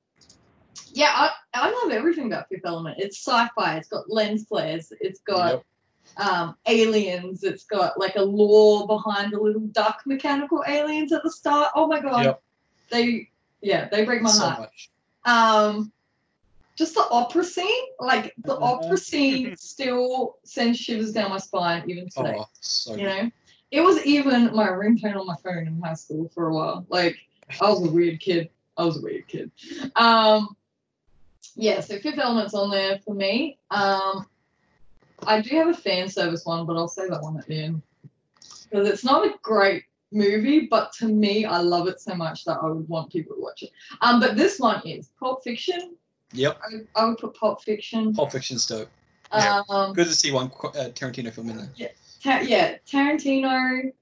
S1: yeah, I, I love everything about Fifth Element. It's sci-fi. It's got lens flares. It's got um, aliens. It's got like a lore behind the little dark mechanical aliens at the start. Oh my god,
S4: Yep.
S1: they yeah they break my
S4: so
S1: heart.
S4: much.
S1: Um, just the opera scene, like the
S4: Mhm.
S1: opera
S4: <laughs>
S1: scene, still sends shivers down my spine even today.
S4: Oh, so
S1: you know, it was even my ringtone on my phone in high school for a while. Like I was a weird kid. I was a weird kid. Um, yeah, so Fifth Element's on there for me. Um, I do have a fan service one, but I'll say that one at the end because it's not a great movie, but to me, I love it so much that I would want people to watch it. Um, but this one is Pulp Fiction.
S4: Yep.
S1: I, I would put Pulp Fiction.
S4: Pulp Fiction's dope.
S6: yeah.
S1: Um,
S4: Good to see one qu- uh, Tarantino film in there.
S1: Ta- yeah, Tarantino.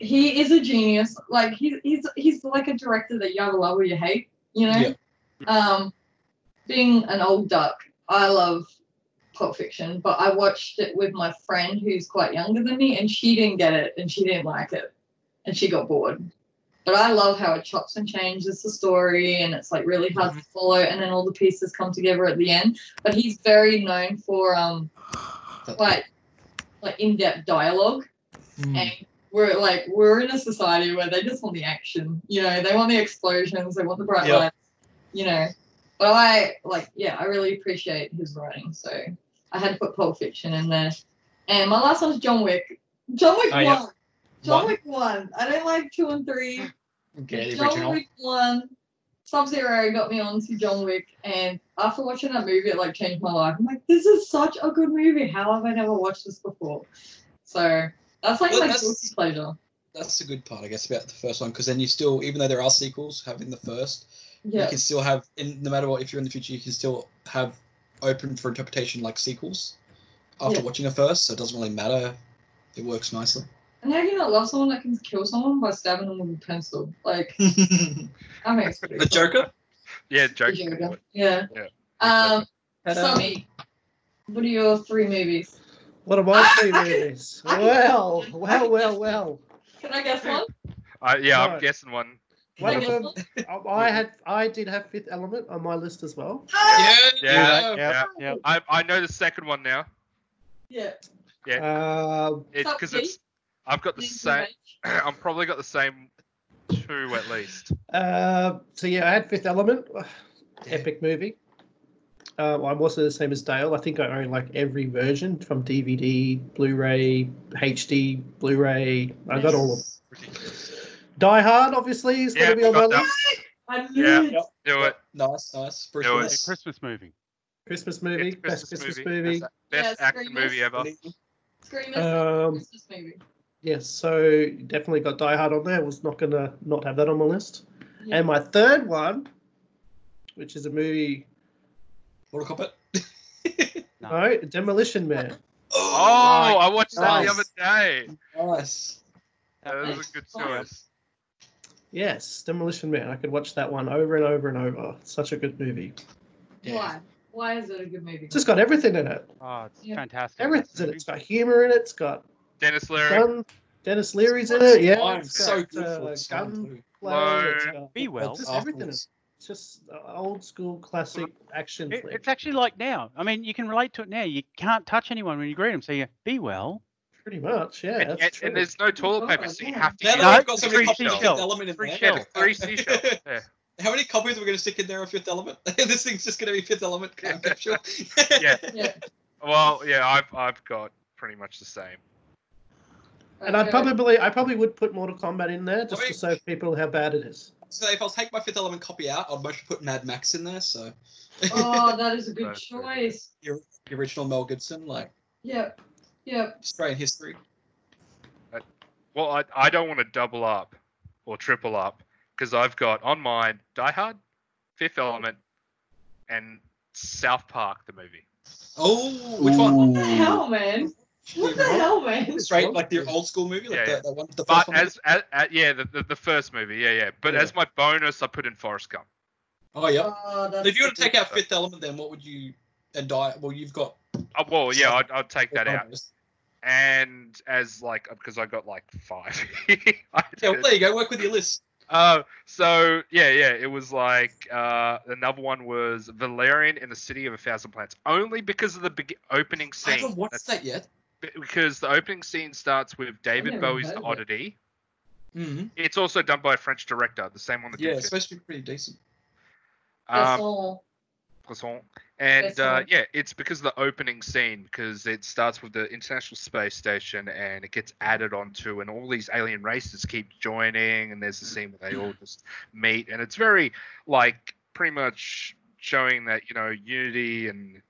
S1: He is a genius. Like he, he's he's like a director that you either love or you hate. You know.
S4: Yeah.
S1: Um, being an old duck, I love Pulp Fiction, but I watched it with my friend who's quite younger than me, and she didn't get it, and she didn't like it, and she got bored. But I love how it chops and changes the story, and it's like really hard to follow, and then all the pieces come together at the end. But he's very known for um, like like in-depth dialogue
S4: Hmm.
S1: and we're like we're in a society where they just want the action you know they want the explosions they want the bright
S4: Yep.
S1: lights you know but i like yeah i really appreciate his writing so i had to put pulp fiction in there and my last one's john wick john wick
S4: Oh,
S1: one.
S4: yeah.
S1: john
S4: One?
S1: wick one i don't like two and three
S4: Okay, the
S1: John
S4: original.
S1: Wick one. Sub Zero got me onto John Wick, and after watching that movie, it like changed my life. I'm like, this is such a good movie. How have I never watched this before? So that's like
S4: Well,
S1: my
S4: that's-
S1: guilty pleasure.
S4: That's the good part, I guess, about the first one, because then you still, even though there are sequels, having the first, you
S1: Yeah,
S4: can still have, in, no matter what, if you're in the future, you can still have open for interpretation like sequels after
S1: Yeah.
S4: watching the first, so it doesn't really matter. It works nicely. <laughs>
S1: and how do you not love someone that can kill someone by stabbing them with a pencil? Like,
S4: the
S1: I think it's pretty cool.
S4: Joker?
S6: Yeah,
S1: The
S6: joke.
S1: Joker. Yeah.
S6: Yeah.
S1: Um,
S4: Ta-da.
S1: Sammy, what are your three movies?
S5: What are my
S1: <laughs>
S5: three
S1: I can-
S5: movies?
S1: I can-
S5: Well,
S1: I
S5: well,
S1: can-
S5: well, well.
S1: Can I guess one?
S6: Uh, yeah,
S5: No.
S6: I'm guessing one.
S1: Can
S5: One
S1: I
S5: of
S1: guess
S5: them,
S1: one?
S5: I- I had, I did have Fifth Element on my list as well.
S1: Ah!
S6: Yeah,
S2: Yeah, yeah, yeah.
S6: I, I know the second one now.
S1: Yeah.
S6: Yeah.
S5: Um,
S6: It's because it's. I've got the same. <clears throat> I'm probably got the same two at least.
S5: uh, so yeah, I had Fifth Element, <sighs>
S4: Yeah.
S5: epic movie. Uh, well, I'm also the same as Dale. I think I own like every version from DVD, Blu-ray, HD, Blu-ray. I got all of them. Die Hard, obviously, is going
S6: Yeah,
S5: to be on my
S6: got that.
S5: list.
S1: I knew
S6: Yeah.
S1: it.
S6: Do it.
S4: Nice, nice. Bruce
S6: It
S2: It's
S6: was-
S2: a Christmas movie.
S5: Christmas movie,
S6: It's
S5: best Christmas movie.
S6: It's the Best
S1: Yeah,
S6: action
S1: Screamers.
S6: movie ever.
S4: Willis.
S1: Screamers.
S5: Um,
S1: Christmas movie.
S5: yes, so definitely got Die Hard on there. Was not going to not have that on my list.
S1: Yeah.
S5: And my third one, which is a movie,
S4: Mortal Kombat? <laughs>
S2: No.
S5: no, Demolition Man.
S6: Oh, I watched that the
S5: Nice.
S6: other day.
S4: nice.
S6: That was
S1: Nice.
S6: a good choice.
S5: Yes, Demolition Man. I could watch that one over and over and over. Such a good movie.
S4: Yeah.
S1: Why? Why is it a good movie?
S5: It's just got everything in it.
S2: Oh, it's
S1: Yeah.
S2: fantastic.
S5: Everything's in it. It's got humor in it. It's got
S6: Dennis Leary.
S5: gun. Dennis Leary's in it. Yeah,
S4: I'm
S5: it's
S4: so
S5: got,
S4: good for
S5: uh,
S4: this
S5: gun
S4: one.
S5: play. It's
S6: Low.
S5: got-
S2: Be well.
S5: Just everything.
S4: Afterwards.
S5: It's just uh, old school classic action
S2: It-
S5: flick.
S2: it's actually like now. I mean, you can relate to it now. You can't touch anyone when you greet them. So you be well.
S5: Pretty much, yeah.
S6: And,
S5: that's
S6: and,
S5: true.
S6: and there's no toilet paper, so you have to
S4: Now
S6: use
S4: that
S2: No,
S4: we've got so many
S2: three
S4: copies of Fifth
S2: seashells.
S4: Element in
S6: three
S4: there,
S6: shells. Three seashells. Yeah.
S4: How many copies are we going to stick in there of Fifth Element? <laughs> this thing's just going to be Fifth Element time capsule. <laughs>
S6: Yeah.
S1: Yeah.
S6: Well, yeah, I've I've got pretty much the same.
S5: and I'd
S1: Okay.
S5: probably, I probably would put Mortal Kombat in there just
S4: Wait.
S5: to show people how bad it is.
S4: So if I was take my Fifth Element copy out, I'd mostly put Mad Max in there. So
S1: Oh, that is a good
S6: That's pretty good.
S1: choice.
S4: the original Mel Gibson, like
S1: Yep. Yep.
S4: Australian history.
S6: Well, I, I don't want to double up or triple up because I've got on mine Die Hard, Fifth Element, and South Park the movie.
S4: Oh, which one?
S1: What the hell, man? What the hell, man?
S4: Straight like the old school movie, like
S6: Yeah,
S4: the,
S6: yeah.
S4: the one, the first
S6: But
S4: one.
S6: as, as, as- yeah, the, the, the first movie, yeah, yeah. But
S4: Yeah.
S6: as my bonus, I put in Forrest Gump.
S4: oh yeah.
S1: Oh, that's
S4: If you were to
S1: good.
S4: take out Fifth Element, then what would you and die. Well, you've got
S6: Oh, well, yeah, I'd, I'd take that out.
S4: autonomous.
S6: And as like, because I got like five. <laughs> I
S4: Yeah, well,
S6: did-
S4: there you go. Work with your list.
S6: Uh, so yeah, yeah, it was like uh, another one was Valerian in the City of a Thousand Plants, only because of the beg opening
S4: I
S6: scene.
S4: haven't watched
S6: That's-
S4: that yet.
S6: be- because the opening scene starts with David
S1: never
S6: Bowie's
S1: heard
S6: The
S1: of it.
S6: Oddity.
S4: Mm-hmm.
S6: It's also done by a French director, the same one that
S4: Yeah,
S6: did
S4: it's supposed to be pretty decent.
S6: um,
S1: all.
S6: Poisson. And uh,
S1: Poisson.
S6: yeah, it's because of the opening scene because it starts with the International Space Station and it gets added onto, and all these alien races keep joining, and there's a scene where they all just meet, and it's very like pretty much showing that you know unity and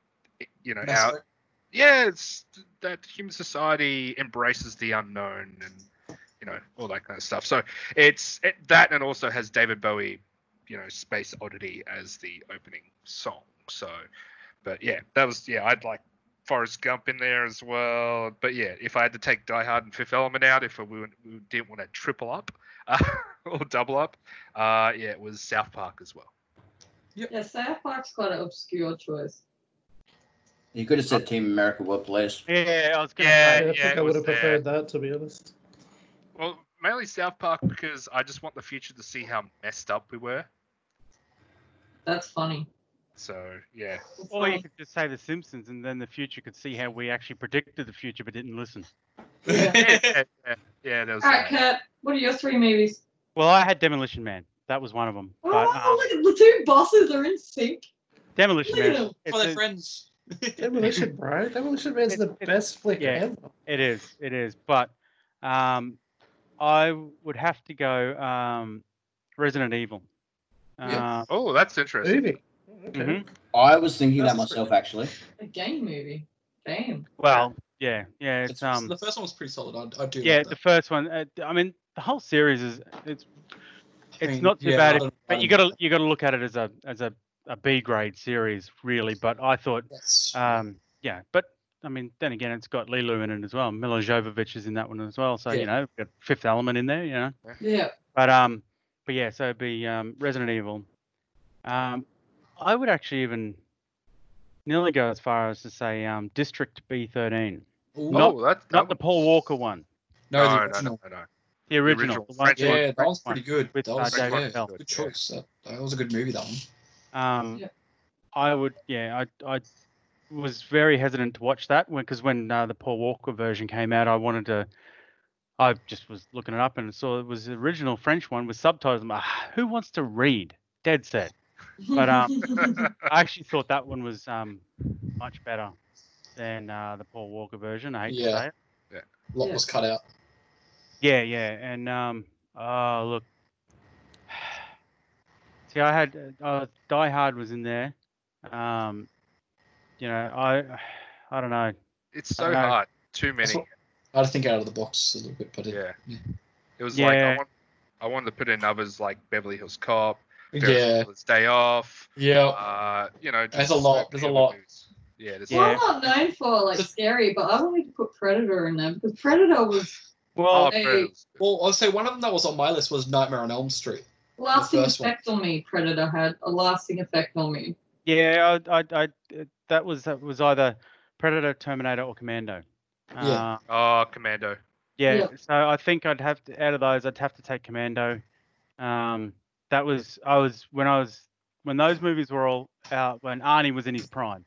S6: you know
S4: Mass
S6: out.
S4: Effect.
S6: Yeah, it's that human society embraces the unknown and you know all that kind of stuff. So it's it, that, and also has David Bowie, you know, Space Oddity as the opening song. So, but yeah, that was yeah. I'd like Forrest Gump in there as well. But yeah, if I had to take Die Hard and Fifth Element out, if we, wouldn't- we didn't want to triple up <laughs> uh, or double up, uh, yeah, it was South Park as well.
S1: Yeah, South Park's quite an obscure choice.
S3: You could have said Team America World Police.
S2: Yeah, I was gonna
S6: Yeah,
S5: I
S2: say.
S5: think
S6: yeah, it
S5: I would
S6: was
S5: have
S6: there.
S5: preferred that to be honest.
S6: Well, mainly South Park because I just want the future to see how messed up we were.
S1: That's funny.
S6: So yeah,
S1: That's
S2: Or you
S1: funny.
S2: could just say The Simpsons, and then the future could see how we actually predicted the future but didn't listen. <laughs>
S1: Yeah.
S6: <laughs> yeah,
S4: <laughs>
S6: yeah, yeah, yeah, there was.
S1: All right,
S6: that.
S1: Kat, what are your three movies?
S2: Well, I had Demolition Man. That was one of them.
S1: Oh,
S2: But, um,
S1: look at the two bosses are in sync.
S2: Demolition
S1: Look at
S2: Man.
S1: them.
S2: It's
S4: Oh, they're
S2: a-
S4: friends.
S6: <laughs>
S5: Demolition, bro. Demolition Man's the
S2: It- it-
S5: best flick
S2: yeah.
S5: ever.
S2: It is. It is. But um, I would have to go um, Resident Evil.
S4: Yeah.
S2: Uh,
S6: Oh, that's interesting.
S5: Movie. Okay.
S6: Mm-hmm.
S2: mhm.
S3: I was thinking that
S4: That's
S3: myself
S4: pretty-
S3: actually.
S1: A game movie. Damn.
S2: Well, yeah, yeah. It's
S4: It's-
S2: um,
S4: the first one was pretty solid. I, I do.
S2: yeah,
S4: like
S2: the
S4: that.
S2: first one. Uh, I mean, the whole series is it's
S4: I
S2: it's
S4: mean,
S2: not too
S4: yeah, I
S2: bad. If,
S4: don't- I
S2: but you
S4: don't-
S2: gotta you gotta look at it as a as a, a B grade series, really. But I thought,
S4: Yes.
S2: um, yeah. But I mean, then again, it's got Lilu in it as well. Mila Jovovich is in that one as well. So
S4: Yeah.
S2: you know, got Fifth Element in there. You know.
S1: Yeah.
S2: But um, but yeah, so it'd be um, Resident Evil. Um, I would actually even nearly go as far as to say um, District B13,
S4: Ooh.
S2: Not- uh,
S6: oh, that, that
S2: not the
S6: one-
S2: Paul Walker one,
S4: no, the
S6: no, no,
S4: original.
S6: no, no, no.
S2: the original,
S6: original
S2: the one-
S6: French one.
S4: Yeah, that was
S2: one
S4: pretty good.
S2: with,
S4: that was
S2: uh,
S4: yeah,
S2: David
S4: good
S2: Bell.
S4: choice. That, that was a good movie. That one.
S2: Um,
S1: Yeah.
S2: I would, yeah, I, I was very hesitant to watch that one because when uh, the Paul Walker version came out, I wanted to. I just was looking it up and saw it was the original French one with subtitles. I'm like, "Ah, who wants to read? Dead set.
S1: <laughs>
S2: But,
S1: um,
S2: I actually thought that one was um, much better than uh, the Paul Walker version. I hate to
S4: Yeah.
S2: say it.
S4: A lot
S1: Yeah.
S4: was cut out.
S2: Yeah, yeah, and um, oh look, <sighs> see, I had uh, Die Hard was in there. Um, you know, I, <sighs> I don't know.
S6: It's so
S2: I know.
S6: hard. Too many.
S4: what- I had to think out of the box a little bit, but it,
S6: Yeah.
S4: Yeah.
S6: It was like I,
S2: Yeah.
S6: want, I wanted to put in others like Beverly Hills Cop, Ferris
S4: yeah,
S6: Bueller's Day Off.
S4: yeah.
S6: Uh, you know, just
S4: There's a
S6: so
S4: lot, there's
S6: many
S4: a
S6: other
S4: lot.
S6: movies. Yeah, there's
S2: Yeah.
S1: Well, I'm not known for like
S4: Just-
S1: scary, but I wanted to put Predator in there because Predator was
S2: Well,
S6: Oh, Ferris.
S4: Well, I'll say one of them that was on my list was Nightmare on Elm Street.
S1: lasting
S4: first one.
S1: effect on me. Predator had a lasting effect on me.
S2: yeah, I, I, I, uh, that was that was either Predator, Terminator, or Commando.
S4: Yeah.
S2: Uh,
S6: Oh, Commando.
S2: yeah,
S1: Yeah.
S2: So I think I'd have to out of those, I'd have to take Commando. Um, that was I was when I was when those movies were all out when Arnie was in his prime.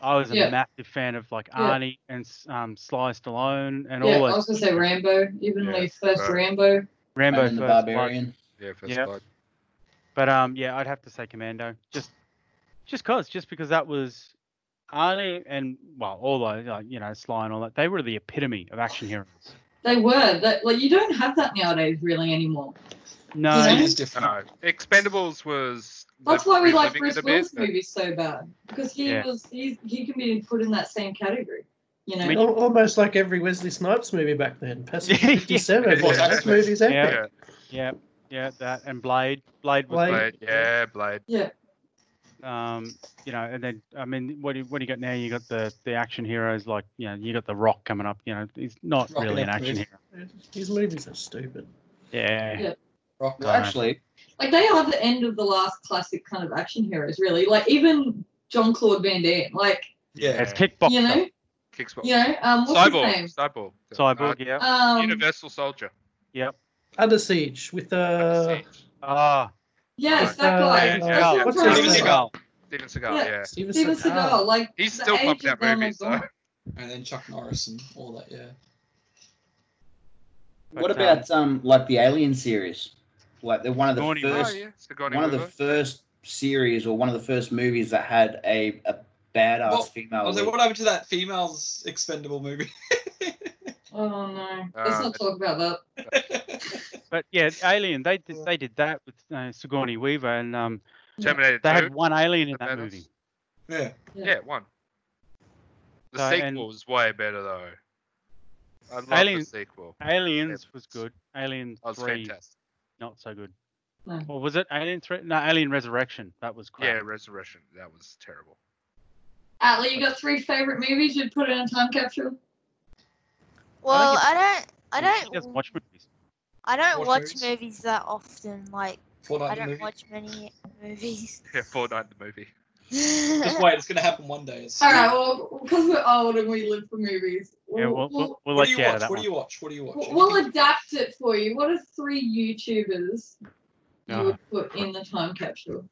S2: I was a
S1: Yeah.
S2: massive fan of like
S1: Yeah.
S2: Arnie and um, Sly Stallone and
S1: yeah,
S2: all
S1: I
S2: those
S1: was gonna say Rambo, even
S6: Yeah,
S1: the first
S6: right.
S1: Rambo.
S2: Rambo
S3: Conan the
S2: First Blood.
S3: Barbarian.
S6: Yeah, First
S2: Yeah.
S6: Blood.
S2: But um, yeah, I'd have to say Commando just just cause just because that was Arnie and well all those like, you know Sly and all that they were the epitome of action heroes.
S1: They were that like you don't have that nowadays really anymore.
S2: No, Uh,
S4: it
S1: Yeah.
S4: is
S6: I
S4: different.
S6: know. Expendables was.
S1: That's why we like
S6: reliving it
S1: Bruce
S6: a
S1: Willis
S6: bit, but-
S1: movies so bad because he
S2: Yeah.
S1: was he he can be put in that same category. You know,
S2: Mitch-
S5: Al- Almost like every Wesley Snipes movie back
S6: <laughs>
S5: then. Passage
S2: Yeah.
S5: 57.
S6: Yeah.
S5: That movie's epic.
S2: Yeah.
S6: Yeah,
S2: yeah, yeah, that and Blade. Blade was
S5: Blade.
S6: Blade. Yeah, Blade.
S1: yeah,
S2: um, you know, and then I mean, what do you, what do you got now? You got the the action heroes like you know, you got the Rock coming up. You know, he's not
S4: Rock
S2: really an
S4: and
S2: action
S4: Rockman.
S2: hero.
S5: These movies are stupid.
S2: Yeah.
S1: Yeah.
S4: Rock.
S2: uh,
S3: Well, actually,
S1: like they are the end of the last classic kind of action heroes, really. Like even John Claude Van Damme. Like,
S4: Yeah.
S2: It's kickboxer.
S1: you know,
S6: Kickspot.
S1: you know, um, what's his name?
S6: Cyborg. Cyborg.
S2: Cyborg, yeah.
S6: Uh,
S1: Um,
S6: Universal Soldier.
S5: Under siege with uh,
S6: Siege.
S2: Ah,
S1: yes, that
S5: Uh,
S1: guy.
S6: yeah,
S1: That's
S6: yeah.
S1: what
S5: What's
S1: I'm trying
S5: his
S1: to
S4: name?
S1: say.
S2: Seagal.
S6: Steven Seagal.
S1: Yeah.
S6: Yeah.
S5: Steven
S1: Steven
S5: Seagal.
S1: Seagal, like
S6: He's
S1: the
S6: still
S1: age
S6: pumping
S1: of
S6: out
S1: Donald
S6: movies though. <laughs>
S1: Glover.
S4: And then Chuck Norris and all that. Yeah.
S2: But,
S3: What about um like the Alien series? Like they're one of the
S2: Sigourney
S6: Oh
S3: first
S6: yeah. Sigourney
S3: one of the
S6: Weaver.
S3: first series or one of the first movies that had a, a badass
S4: Well, I
S3: female.
S4: was like,
S3: lead.
S4: what happened to that female's expendable movie? <laughs>
S1: Oh no,
S6: Uh,
S1: let's not talk about that.
S2: But yeah, Alien. They did, they did that with uh, Sigourney Weaver, and um,
S6: Terminator
S2: they
S6: 2.
S2: had one alien in
S6: The
S2: that
S6: Menace.
S2: movie.
S4: yeah.
S6: Yeah, one. The
S2: So, and-
S6: sequel is way better though. I love
S2: Alien-
S6: the sequel.
S2: Aliens was good. Alien
S6: That was
S2: three,
S6: Oh, fantastic.
S2: not so good.
S1: No.
S2: Or was it Alien three? No, Alien Resurrection. That was
S6: Yeah,
S2: crap.
S6: Resurrection. That was terrible. <laughs>
S1: Atlee, you got three favorite movies you'd put in a time capsule?
S7: Well,
S2: it's-
S7: I don't. I
S2: She doesn't
S7: don't.
S2: watch movies.
S7: I don't
S4: Watch
S7: watch
S4: movies?
S7: movies? that often. Like, I
S4: Fortnite the
S7: don't
S4: movie.
S7: watch many movies.
S6: Yeah, Fortnite the movie.
S4: <laughs>
S7: <laughs>
S4: Just wait, it's gonna happen one day. It's-
S1: All right, well, because we're old and we live for movies,
S2: Yeah,
S1: we'll,
S2: we'll, we'll,
S1: we'll,
S2: we'll
S4: What
S2: let
S4: do
S2: you
S4: you
S2: out of
S4: watch?
S2: that
S4: What
S2: one.
S4: do you watch? What do you watch?
S1: we'll,
S4: Anything?
S1: adapt it for you. What are three YouTubers you
S2: Oh.
S1: would put in the time capsule?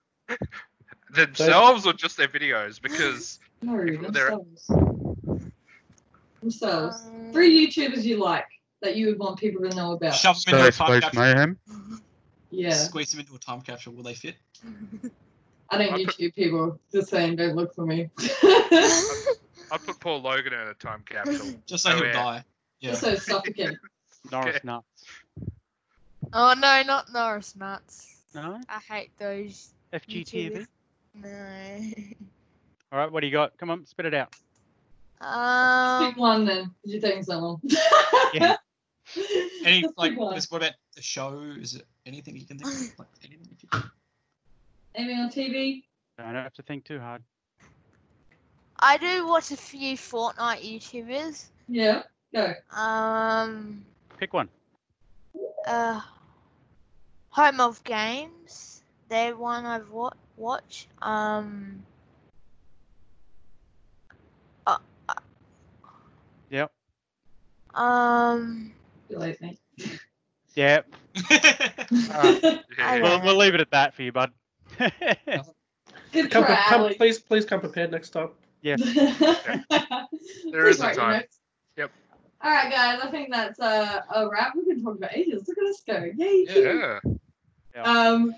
S6: Themselves or just their
S2: <laughs>
S6: videos? Because
S1: No,
S6: People there-
S1: themselves. Themselves.
S7: Um,
S1: Three YouTubers you like that you would want people to know about.
S4: Shove them into a time capsule.
S2: Mayhem.
S1: Yeah,
S4: Squeeze them into a time capsule. Will they fit?
S2: <laughs>
S1: I don't
S6: I'd put-
S1: YouTube people. Just saying, don't look for
S6: <laughs>
S1: me.
S6: I'd put Paul Logan in a time
S1: <laughs>
S6: capsule.
S4: Just so
S6: Oh,
S4: he'll
S6: yeah.
S4: die. Yeah.
S1: Just so suffocate.
S2: Norris
S6: Yeah.
S2: Nuts.
S7: oh no, not Norris Nuts.
S2: No?
S7: I hate those.
S2: FGTV?
S7: YouTubers. No.
S2: All right, what do you got? Come on, spit it out.
S1: Pick
S7: <laughs> Um.
S1: one then. You think someone? <laughs>
S2: Yeah.
S4: Any
S1: Just
S4: like
S1: pick one.
S4: this, what about the show? Is it anything you can think
S1: <laughs>
S4: of? Like anything you can
S1: Anything on TV?
S2: Don't have to think too hard.
S7: I do watch a few Fortnite YouTubers.
S1: Yeah. Go.
S7: Um,
S2: Pick one.
S7: uh, Home of Games. They're one I've wa- watched. Um,
S2: Yep.
S7: um,
S1: Feel like me.
S2: Yep.
S4: <laughs>
S6: Yeah,
S7: I-
S2: We'll, we'll leave it at that for you, bud.
S1: Good
S5: Come,
S1: try,
S5: come,
S1: Alex.
S5: please, please come prepared next time.
S1: <laughs>
S6: There is
S1: Please
S6: a
S1: write your
S6: time.
S1: notes.
S6: Yep.
S1: All right, guys. I think that's uh, a wrap. We've been talking about ages. Look at us go! Yay! Hugh.
S6: yeah.
S1: Um,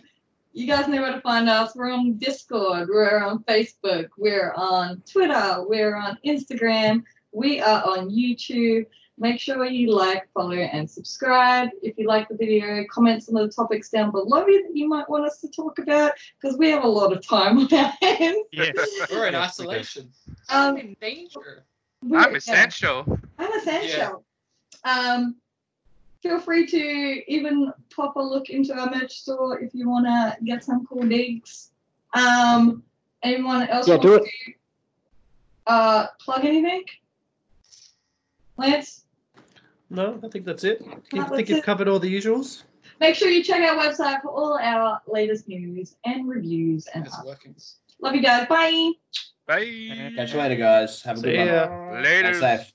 S1: you guys know where to find us. We're on Discord. We're on Facebook. We're on Twitter. We're on Instagram. We are on YouTube. Make sure you like, follow, and subscribe. If you like the video, comment some of the topics down below that you might want us to talk about because we have a lot of time on our
S2: <laughs>
S1: hands.
S2: yes.
S4: We're in
S2: Yes, we do.
S4: isolation.
S1: Um,
S4: in danger.
S6: I'm
S1: We're- yeah.
S6: essential.
S1: I'm essential. Um, feel free to even pop a look into our merch store if you want to get some cool digs. Um, anyone else?
S8: Yeah,
S1: wants
S8: do it.
S1: To, uh, plug anything? Lance,
S5: No, I think that's it.
S1: No,
S5: I think
S1: that's
S5: you've
S1: it.
S5: covered all the usuals.
S1: make sure you check our website for all our latest news and reviews. And
S4: It's
S1: up.
S4: working.
S1: love you guys. Bye.
S6: Bye.
S3: Catch you later, guys. Have a
S5: So,
S3: good one.
S5: yeah.
S3: Stay
S6: Later.
S3: safe.